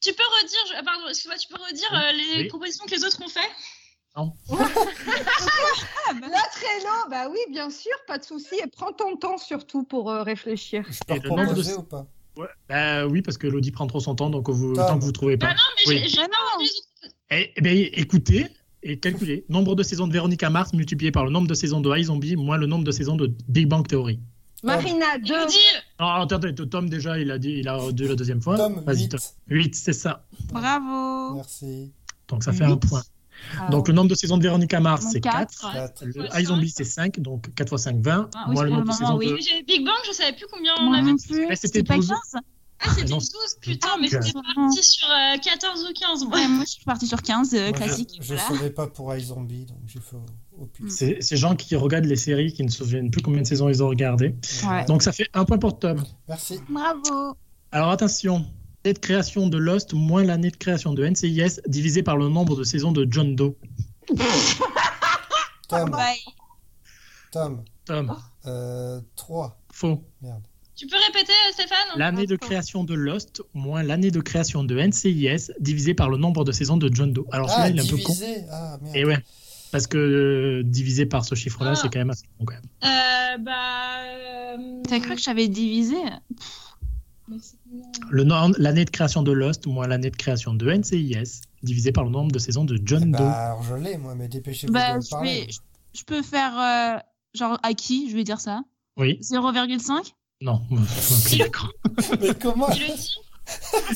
Speaker 3: Tu peux redire, je- ah, pardon, excuse-moi, tu peux redire euh, les
Speaker 1: Oui.
Speaker 3: propositions que les autres ont fait
Speaker 4: Ah,
Speaker 5: L'autre est non, bah oui, bien sûr, pas de souci. Et prends ton temps surtout pour euh, réfléchir.
Speaker 2: Je peux
Speaker 1: Et le nombre de-
Speaker 2: reproposer ou pas
Speaker 1: ouais, bah oui, parce que Lodi prend trop son temps, donc vous,
Speaker 2: Tom.
Speaker 1: tant que vous trouvez pas.
Speaker 3: Bah Non, mais
Speaker 1: Oui.
Speaker 3: j'ai- j'ai
Speaker 4: Mais
Speaker 3: pas
Speaker 4: Ah non.
Speaker 3: entendu les autres.
Speaker 1: Eh, eh bien, écoutez et calculez. nombre de saisons de Véronica Mars multiplié par le nombre de saisons de iZombie moins le nombre de saisons de Big Bang Theory.
Speaker 5: Marina, 2.
Speaker 3: On dit,
Speaker 1: Non, attends, attends, Tom déjà, il a dit, il a dit la deuxième fois.
Speaker 2: Tom,
Speaker 1: Vas-y,
Speaker 2: 8.
Speaker 1: Tom. 8, c'est ça.
Speaker 4: Bravo.
Speaker 2: Merci.
Speaker 1: Donc ça fait un
Speaker 4: Huit.
Speaker 1: point.
Speaker 5: Ah.
Speaker 1: Donc le nombre de saisons de Véronica Mars,
Speaker 4: Mon
Speaker 1: c'est 4.
Speaker 4: 4.
Speaker 2: Quatre.
Speaker 1: Le iZombie, c'est 5. Donc 4 x 5, 20.
Speaker 4: Ah oui,
Speaker 1: moins
Speaker 4: c'est
Speaker 1: le nombre
Speaker 4: pour le
Speaker 1: de
Speaker 4: moment,
Speaker 1: saisons
Speaker 4: oui.
Speaker 1: de.
Speaker 3: mais j'avais Big Bang, je savais plus combien on
Speaker 4: Moi
Speaker 3: avait.
Speaker 4: non plus.
Speaker 1: Mais
Speaker 4: C'était
Speaker 1: c'était
Speaker 4: pas
Speaker 1: 12.
Speaker 4: 15
Speaker 3: Ah, c'était
Speaker 1: non.
Speaker 3: 12, putain, mais
Speaker 1: Ah,
Speaker 3: c'était parti sur euh, 14 ou 15. moi.
Speaker 4: Ouais, moi, je suis partie sur 15, euh,
Speaker 2: Moi,
Speaker 4: classique.
Speaker 2: Je, je
Speaker 4: voilà.
Speaker 2: savais pas pour iZombie, donc j'ai fait au, au pif.
Speaker 1: C'est ces gens qui regardent les séries, qui ne se souviennent plus combien de saisons ils ont regardé.
Speaker 4: Ouais.
Speaker 1: Donc ça fait un point pour Tom.
Speaker 2: Merci.
Speaker 4: Bravo.
Speaker 1: Alors attention, l'année de création de Lost moins l'année de création de NCIS divisé par le nombre de saisons de John Doe.
Speaker 2: Tom,
Speaker 4: Bye.
Speaker 2: Tom,
Speaker 3: Ah.
Speaker 1: Tom,
Speaker 2: euh, 3.
Speaker 1: faux.
Speaker 3: Tu peux répéter, euh, Stéphane
Speaker 1: L'année de création de Lost moins l'année de création de NCIS divisé par le nombre de saisons de John Doe. Alors
Speaker 2: Ah,
Speaker 1: celui-là, il est un peu con.
Speaker 2: divisé Ah, merde.
Speaker 1: Et ouais, parce que euh, divisé par ce chiffre-là,
Speaker 3: Ah.
Speaker 1: c'est quand même assez con. Quand même.
Speaker 3: Euh, bah. euh,
Speaker 4: T'as cru que j'avais divisé
Speaker 3: mais c'est-
Speaker 1: Le nom- L'année de création de Lost moins l'année de création de NCIS divisé par le nombre de saisons de
Speaker 2: Eh
Speaker 1: John
Speaker 2: bah,
Speaker 1: Doe.
Speaker 2: alors je l'ai, moi, mais dépêchez-vous de
Speaker 4: Bah,
Speaker 2: me
Speaker 4: je,
Speaker 2: parler.
Speaker 4: vais- je- je peux faire euh, genre à qui Je vais dire ça.
Speaker 1: Oui,
Speaker 4: 0,5
Speaker 1: non.
Speaker 3: Il le cran,
Speaker 2: Mais comment
Speaker 3: il le dit.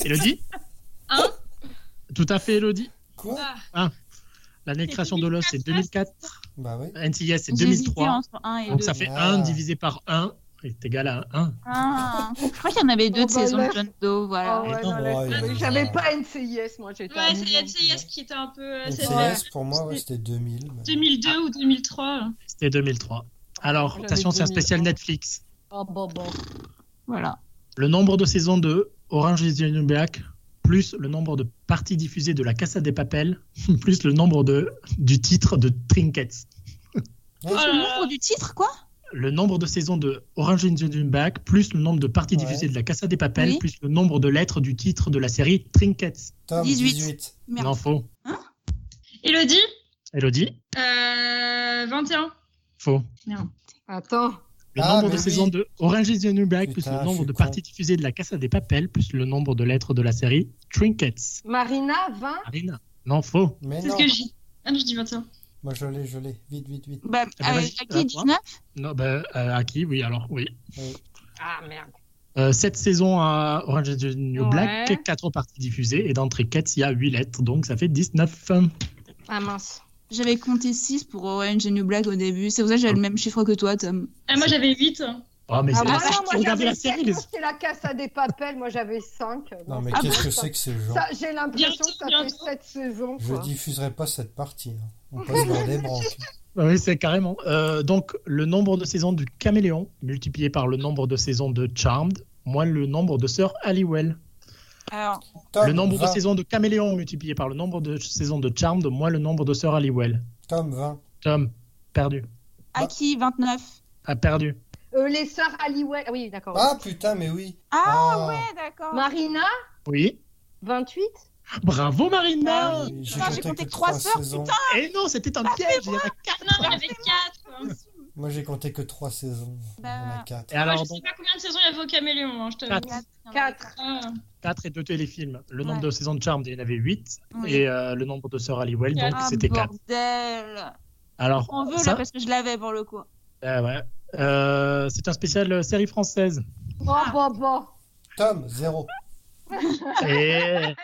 Speaker 1: Elodie
Speaker 3: Hein
Speaker 1: Tout à fait, Elodie.
Speaker 2: Quoi
Speaker 3: Ah,
Speaker 1: L'année de
Speaker 3: C'est
Speaker 1: création de Lost, c'est 2004.
Speaker 2: Bah oui.
Speaker 1: NCIS, c'est
Speaker 4: J'hésitais
Speaker 1: 2003.
Speaker 4: entre 1 et
Speaker 1: Donc
Speaker 4: 2.
Speaker 1: ça fait
Speaker 2: Ah.
Speaker 1: 1 divisé par 1 est égal à 1.
Speaker 4: Ah, je crois qu'il y en avait deux
Speaker 5: Oh,
Speaker 4: de
Speaker 5: bah,
Speaker 4: saison de
Speaker 5: laisse.
Speaker 4: John Doe, voilà.
Speaker 5: Ah ouais,
Speaker 2: Attends,
Speaker 5: non, laisse
Speaker 2: moi, il y a-
Speaker 5: tomber. J'avais pas NCIS, moi j'étais. à
Speaker 3: ouais, c'est
Speaker 5: Milan.
Speaker 3: NCIS qui était un peu. euh, c'est
Speaker 5: vrai.
Speaker 2: NCIS, pour moi, ouais, c'était Bah, 2000. mais-
Speaker 3: 2002 ou 2003. euh.
Speaker 1: C'était 2003. Alors,
Speaker 5: J'avais
Speaker 1: attention, c'est un spécial
Speaker 5: 2001.
Speaker 1: Netflix.
Speaker 5: Oh, bon, bon.
Speaker 4: Voilà.
Speaker 1: Le nombre de saisons de Orange is the New Black, plus le nombre de parties diffusées de La Casa des Papels, plus le nombre de, du titre de Trinkets.
Speaker 3: Oh
Speaker 1: Euh,
Speaker 3: là
Speaker 4: Le
Speaker 3: là.
Speaker 4: nombre du titre, quoi
Speaker 1: Le nombre de saisons de Orange is the New Black, plus le nombre de parties
Speaker 2: Ouais.
Speaker 1: diffusées de La Casa des Papels,
Speaker 4: Oui.
Speaker 1: plus le nombre de lettres du titre de la série Trinkets.
Speaker 2: Tom,
Speaker 4: 18.
Speaker 2: 18.
Speaker 4: Merde.
Speaker 1: Non, faux.
Speaker 3: Elodie
Speaker 1: Elodie
Speaker 3: euh, 21.
Speaker 1: Faux.
Speaker 5: Attends.
Speaker 1: Le nombre
Speaker 2: Ah, mais
Speaker 5: ben
Speaker 1: de
Speaker 2: oui.
Speaker 1: saisons de Orange is the New Black, plus
Speaker 2: Putain,
Speaker 1: le
Speaker 2: je
Speaker 1: nombre
Speaker 2: suis
Speaker 1: de
Speaker 2: con.
Speaker 1: parties diffusées de la Casa des Papels, plus le nombre de lettres de la série Trinkets.
Speaker 5: Marina, 20.
Speaker 1: Marina Non, faux.
Speaker 2: Mais
Speaker 3: C'est
Speaker 2: non,
Speaker 3: ce que je dis. Ah, mais je dis 21.
Speaker 2: moi je l'ai, je l'ai. Vite, vite, vite.
Speaker 4: Bah,
Speaker 1: Eh ben,
Speaker 4: euh,
Speaker 1: vas-y, à
Speaker 4: à qui
Speaker 1: toi.
Speaker 4: 19
Speaker 1: Non, bah, euh, à qui Oui, alors, oui.
Speaker 5: Ah merde.
Speaker 1: Euh, Cette saison à Orange is the New
Speaker 5: Ouais.
Speaker 1: Black, 4 parties diffusées, et dans Trinkets, il y a 8 lettres, donc ça fait Oh, 19.
Speaker 5: Ah mince.
Speaker 4: J'avais compté 6 pour Orange and New Black au début. C'est pour ça que j'avais le même chiffre que toi, Tom.
Speaker 3: Ah, moi j'avais 8.
Speaker 1: Oh, mais
Speaker 5: Ah,
Speaker 1: c'est la
Speaker 5: moi, non, moi,
Speaker 1: regardez
Speaker 5: j'avais
Speaker 1: la série, les...
Speaker 5: cinq, C'est la casse à des papels, moi j'avais 5.
Speaker 2: Non, mais
Speaker 4: Ah
Speaker 2: qu'est-ce
Speaker 4: bon
Speaker 2: que c'est que ces gens
Speaker 5: Ça, j'ai l'impression que ça fait
Speaker 3: Bientôt,
Speaker 5: 7 saisons.
Speaker 2: Je
Speaker 5: Quoi.
Speaker 2: diffuserai pas cette partie. hein. On passe dans des branques.
Speaker 1: Ah Oui, c'est carrément. Euh, donc, le nombre de saisons du Caméléon, multiplié par le nombre de saisons de Charmed, moins le nombre de Sœur Halliwell.
Speaker 4: Alors,
Speaker 2: Tom,
Speaker 1: le nombre
Speaker 2: 20.
Speaker 1: de saisons de Caméléon multiplié par le nombre de saisons de Charmed moins le nombre de sœurs Halliwell.
Speaker 2: Tom, 20.
Speaker 1: Tom, perdu.
Speaker 4: à
Speaker 2: Bah.
Speaker 4: qui 29
Speaker 1: A perdu.
Speaker 5: Euh, les sœurs Halliwell. Ah oui, d'accord.
Speaker 2: Ah putain, mais oui.
Speaker 4: Ah,
Speaker 2: Ah.
Speaker 4: ouais, d'accord.
Speaker 5: Marina,
Speaker 1: Oui.
Speaker 5: 28.
Speaker 1: Bravo Marina Ah. Eh
Speaker 4: Ah
Speaker 2: Oui,
Speaker 4: Putain, j'ai compté que trois
Speaker 2: trois
Speaker 4: sœurs,
Speaker 2: saisons.
Speaker 1: Et non, c'était un piège, il y en a quatre.
Speaker 3: hein. Non, mais j'avais 4.
Speaker 2: Moi, j'ai compté que 3 saisons. Il
Speaker 4: Bah,
Speaker 2: y en a 4.
Speaker 1: Et alors,
Speaker 3: Moi, je
Speaker 1: donc,
Speaker 3: sais pas combien de saisons il y avait au Caméléon, hein, je t'avoue.
Speaker 1: Quatre.
Speaker 5: Quatre.
Speaker 3: Ah,
Speaker 1: 4 et 2 téléfilms. Le nombre
Speaker 4: Ouais.
Speaker 1: de saisons de Charmed, il y en avait 8.
Speaker 4: Oui.
Speaker 1: Et euh, le nombre de sœurs Halliwell,
Speaker 3: Ah,
Speaker 1: donc
Speaker 4: Ah,
Speaker 1: c'était 4.
Speaker 4: bordel
Speaker 1: Alors,
Speaker 4: On veut là
Speaker 1: ça,
Speaker 4: parce que je l'avais pour le coup.
Speaker 1: euh, ouais. Euh, c'est un spécial euh, série française.
Speaker 5: Bon, Oh, bon, bon.
Speaker 2: Tom, 0.
Speaker 1: Et...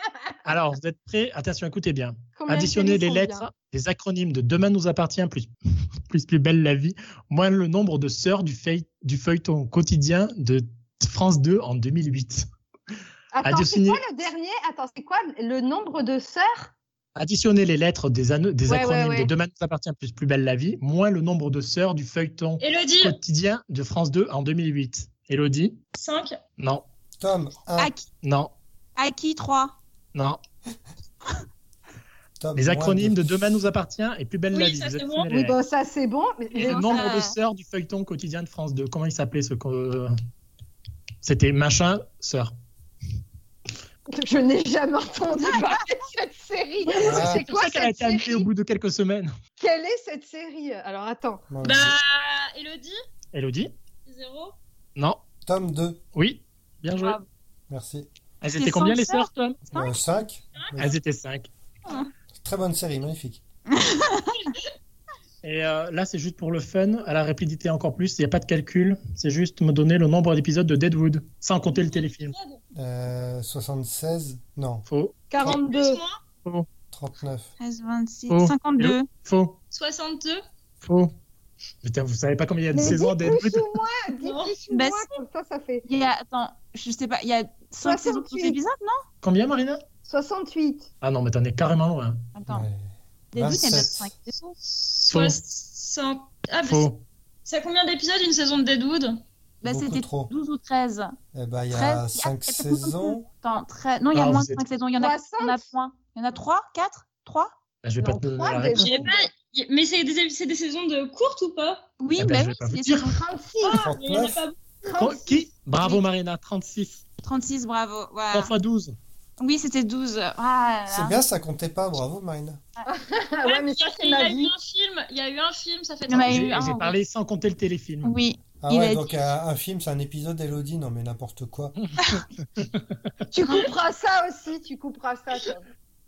Speaker 1: Alors, vous êtes prêts Attention, écoutez bien.
Speaker 5: Combien de
Speaker 1: Additionnez les
Speaker 5: télés sont
Speaker 1: lettres des acronymes de Demain nous appartient, plus, plus plus belle la vie, moins le nombre de sœurs du, feuille- du feuilleton quotidien de France 2 en 2008.
Speaker 5: bien Attends, c'est
Speaker 1: Additionnez-
Speaker 5: quoi le dernier Attends, c'est quoi le nombre de sœurs
Speaker 1: Additionnez les lettres des, anneaux- des
Speaker 5: Ouais, ouais,
Speaker 1: acronymes
Speaker 5: ouais.
Speaker 1: de Demain nous appartient, plus plus belle la vie, moins le nombre de sœurs du feuilleton
Speaker 3: Elodie,
Speaker 1: quotidien de France 2 en 2008. Elodie
Speaker 3: 5.
Speaker 1: Non,
Speaker 2: Tom, 1.
Speaker 1: Ah.
Speaker 4: À qui,
Speaker 1: non,
Speaker 4: à qui 3
Speaker 1: non.
Speaker 2: Tom,
Speaker 1: Les
Speaker 2: moins
Speaker 1: acronymes de Demain nous appartient et plus belle
Speaker 3: Oui,
Speaker 1: la vie.
Speaker 3: ça,
Speaker 1: Vous
Speaker 3: c'est
Speaker 1: êtes
Speaker 3: bon.
Speaker 1: prêts
Speaker 5: Oui, bon, ça c'est bon. mais-
Speaker 1: Et le
Speaker 4: Donc,
Speaker 1: nombre
Speaker 4: euh,
Speaker 1: de sœurs du feuilleton quotidien de France 2. Comment il s'appelait ce qu'on- euh, C'était machin sœur.
Speaker 5: Je n'ai jamais entendu parler de cette série.
Speaker 2: Ah.
Speaker 5: C'est
Speaker 1: Ah, bah. C'est pour
Speaker 5: quoi
Speaker 1: ça qu'elle a
Speaker 5: cette
Speaker 1: été annulée au
Speaker 5: série
Speaker 1: bout de quelques semaines.
Speaker 5: Quelle est cette série Alors attends.
Speaker 2: Moi,
Speaker 3: Bah,
Speaker 2: je-
Speaker 3: Elodie,
Speaker 1: Elodie
Speaker 3: 0.
Speaker 1: Non.
Speaker 2: Tom, 2.
Speaker 1: Oui. Bien joué.
Speaker 5: Ah,
Speaker 4: Bravo.
Speaker 2: Merci.
Speaker 1: Elles
Speaker 4: C'était
Speaker 1: étaient combien
Speaker 4: cinq
Speaker 1: les sœurs, Tom
Speaker 2: 5.
Speaker 1: Elles étaient cinq.
Speaker 2: Très bonne série, magnifique.
Speaker 1: Et euh, là, c'est juste pour le fun, à la rapidité encore plus. Il n'y a pas de calcul. C'est juste me donner le nombre d'épisodes de Deadwood, sans compter le téléfilm.
Speaker 2: Euh, 76. Non,
Speaker 1: Faux.
Speaker 5: 42.
Speaker 3: Plus moins
Speaker 2: 39.
Speaker 4: 13, 26,
Speaker 1: Oh,
Speaker 4: 52.
Speaker 1: Faux.
Speaker 3: 62.
Speaker 1: Faux. Putain, vous savez pas combien il y a de
Speaker 5: Mais dis plus
Speaker 1: saisons à Deadwood
Speaker 5: ou moins, dis
Speaker 3: Non.
Speaker 5: plus ou
Speaker 4: Bah,
Speaker 5: moins, comme ça ça fait
Speaker 4: Il y a, attends, je sais pas, il y a 5 saisons tous
Speaker 5: 68.
Speaker 4: épisodes, non
Speaker 1: Combien, Marina
Speaker 5: 68.
Speaker 1: Ah non, mais t'en es carrément loin.
Speaker 4: Attends,
Speaker 2: Ouais.
Speaker 4: des doutes, il y a
Speaker 2: 27.
Speaker 4: 5 saisons.
Speaker 3: 60. Ah, mais
Speaker 1: Faux. Bah,
Speaker 3: c'est à combien d'épisodes une saison de Deadwood
Speaker 4: Bah,
Speaker 2: Beaucoup
Speaker 4: c'était
Speaker 2: trop.
Speaker 4: 12 ou 13.
Speaker 2: Eh ben, il y
Speaker 4: 13,
Speaker 2: a
Speaker 4: il y a
Speaker 2: 5
Speaker 4: peut-être beaucoup
Speaker 2: saisons.
Speaker 4: Attends, 13... Non, il y a
Speaker 1: Ah,
Speaker 4: moins
Speaker 1: vous
Speaker 4: de
Speaker 1: êtes-
Speaker 4: 5 saisons, il y en a, il y en a
Speaker 5: 60.
Speaker 4: point. Il y en a 3, 4, 3
Speaker 1: Bah, je vais
Speaker 5: Non,
Speaker 1: pas te donner
Speaker 5: trois
Speaker 1: la
Speaker 5: déjà.
Speaker 1: réponse.
Speaker 3: Je sais pas. Y- Mais c'est des, c'est des saisons de courtes ou pas
Speaker 4: Oui,
Speaker 1: Eh ben, je
Speaker 4: bah oui,
Speaker 1: vais pas
Speaker 4: c'est
Speaker 1: vous
Speaker 4: des
Speaker 1: dire.
Speaker 4: saisons
Speaker 5: 36.
Speaker 3: Ah, mais il y en a
Speaker 2: 39.
Speaker 3: pas beaucoup.
Speaker 1: Tro- Qui Bravo Marina, 36.
Speaker 4: 36, bravo.
Speaker 5: Ah.
Speaker 4: voilà.
Speaker 1: 3 fois 12.
Speaker 4: Oui, c'était 12. Ah, là,
Speaker 2: C'est
Speaker 4: là.
Speaker 2: bien, ça comptait pas. Bravo, Marina.
Speaker 5: Ah ouais, mais ça c'est
Speaker 3: il y a
Speaker 5: ma
Speaker 3: eu
Speaker 5: vie.
Speaker 3: un film, il y a eu un film, ça fait
Speaker 4: Il y en a
Speaker 1: J'ai
Speaker 4: eu
Speaker 1: j'ai
Speaker 4: un, oui.
Speaker 1: parlé sans compter le téléfilm.
Speaker 4: Oui,
Speaker 2: Ah
Speaker 4: Il a
Speaker 2: ouais,
Speaker 4: dit- Mm.
Speaker 2: donc un, un film, c'est un épisode d'Elodie. Non, mais n'importe quoi.
Speaker 5: Tu couperas ça aussi, tu couperas ça. toi.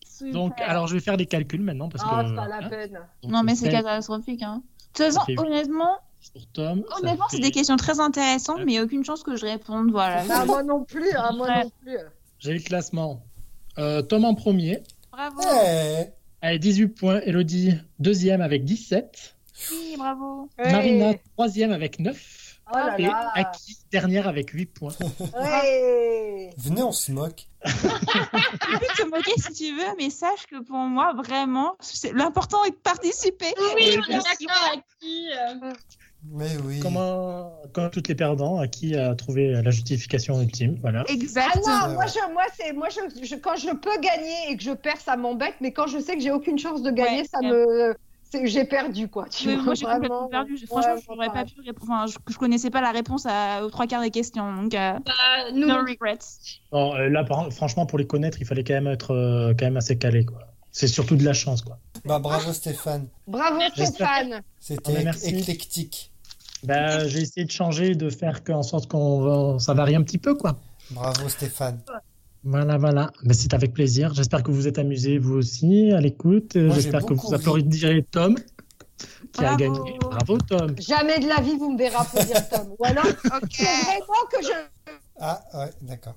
Speaker 4: super.
Speaker 1: Donc, alors je vais faire des calculs maintenant parce
Speaker 5: Ah,
Speaker 1: que.
Speaker 5: c'est pas la
Speaker 1: hein,
Speaker 5: peine.
Speaker 1: donc,
Speaker 4: Non, mais c'est
Speaker 1: cinq
Speaker 4: catastrophique. Hein. De toute façon,
Speaker 1: fait-
Speaker 4: honnêtement,
Speaker 1: Pour Tom.
Speaker 5: Oh,
Speaker 1: ça
Speaker 4: honnêtement c'est
Speaker 1: fait-
Speaker 4: des questions très intéressantes,
Speaker 1: Ouais.
Speaker 4: mais aucune chance que je réponde. Voilà.
Speaker 5: Ah, moi non plus, ah, moi
Speaker 4: Ouais.
Speaker 5: non plus.
Speaker 1: J'ai le classement. Euh, Tom en premier,
Speaker 4: Bravo.
Speaker 2: Eh
Speaker 1: avec 18 points. Elodie, deuxième avec 17.
Speaker 4: Oui, bravo.
Speaker 5: Ouais.
Speaker 1: Marina, troisième avec 9.
Speaker 5: Oh là
Speaker 1: Et
Speaker 5: là.
Speaker 1: Aki, dernière avec 8 points.
Speaker 5: Ouais.
Speaker 2: Venez, on se moque.
Speaker 4: Tu peux te moquer si tu veux, mais sache que pour moi, vraiment, c'est- l'important est de participer.
Speaker 3: Oui,
Speaker 1: Et
Speaker 3: on est d'accord avec qui euh,
Speaker 2: Mais oui.
Speaker 1: Comme, un- comme toutes les perdants, Aki a trouvé la justification ultime. Voilà.
Speaker 5: Ah
Speaker 4: Exactement.
Speaker 5: non, moi, je, moi, c'est, moi je, je- quand je peux gagner et que je perds, ça m'embête, mais quand je sais que j'ai aucune chance de gagner,
Speaker 4: Ouais,
Speaker 5: ça
Speaker 4: ouais.
Speaker 5: me. c'est- j'ai perdu, quoi. Tu
Speaker 4: Mais
Speaker 5: vois,
Speaker 4: moi, j'ai complètement
Speaker 5: vraiment.
Speaker 4: perdu.
Speaker 5: Ouais,
Speaker 4: Franchement,
Speaker 5: ouais,
Speaker 4: je n'aurais pas
Speaker 5: pareil.
Speaker 4: pu répondre. Enfin, je, je connaissais pas la réponse à- aux trois quarts des questions. Donc, euh,
Speaker 3: bah, nous,
Speaker 4: no regrets.
Speaker 1: Bon, euh, là, par- franchement, pour les connaître, il fallait quand même être euh, quand même assez calé. quoi. C'est surtout de la chance. quoi.
Speaker 2: Bah, bravo, Stéphane.
Speaker 5: Bravo,
Speaker 1: J'espère-
Speaker 5: Stéphane.
Speaker 1: Ah,
Speaker 2: C'était
Speaker 1: mais merci.
Speaker 2: éclectique.
Speaker 1: Bah, j'ai essayé de changer, de faire que- en sorte qu'on va- ça varie un petit peu, quoi.
Speaker 2: Bravo, Stéphane.
Speaker 1: Voilà, voilà. Mais c'est avec plaisir. J'espère que vous êtes amusés, vous aussi, à l'écoute. Euh,
Speaker 2: Moi, j'ai
Speaker 1: J'espère que
Speaker 2: beaucoup
Speaker 1: vous
Speaker 2: ri.
Speaker 1: applaudirez Tom, qui a
Speaker 4: Bravo.
Speaker 1: gagné. Bravo, Tom.
Speaker 5: Jamais de la vie, vous me verrez applaudir Tom. Ou alors, c'est vraiment que je
Speaker 2: Ah, ouais, d'accord.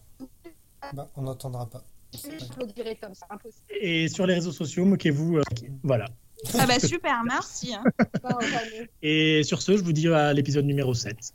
Speaker 2: Bah, on n'entendra pas. C'est pas grave.
Speaker 5: applaudirai Tom, c'est impossible.
Speaker 1: Et sur les réseaux sociaux, moquez-vous. euh, voilà.
Speaker 4: Ah bah super, merci. hein.
Speaker 5: Pas en jamais.
Speaker 1: Et sur ce, je vous dis à l'épisode numéro 7.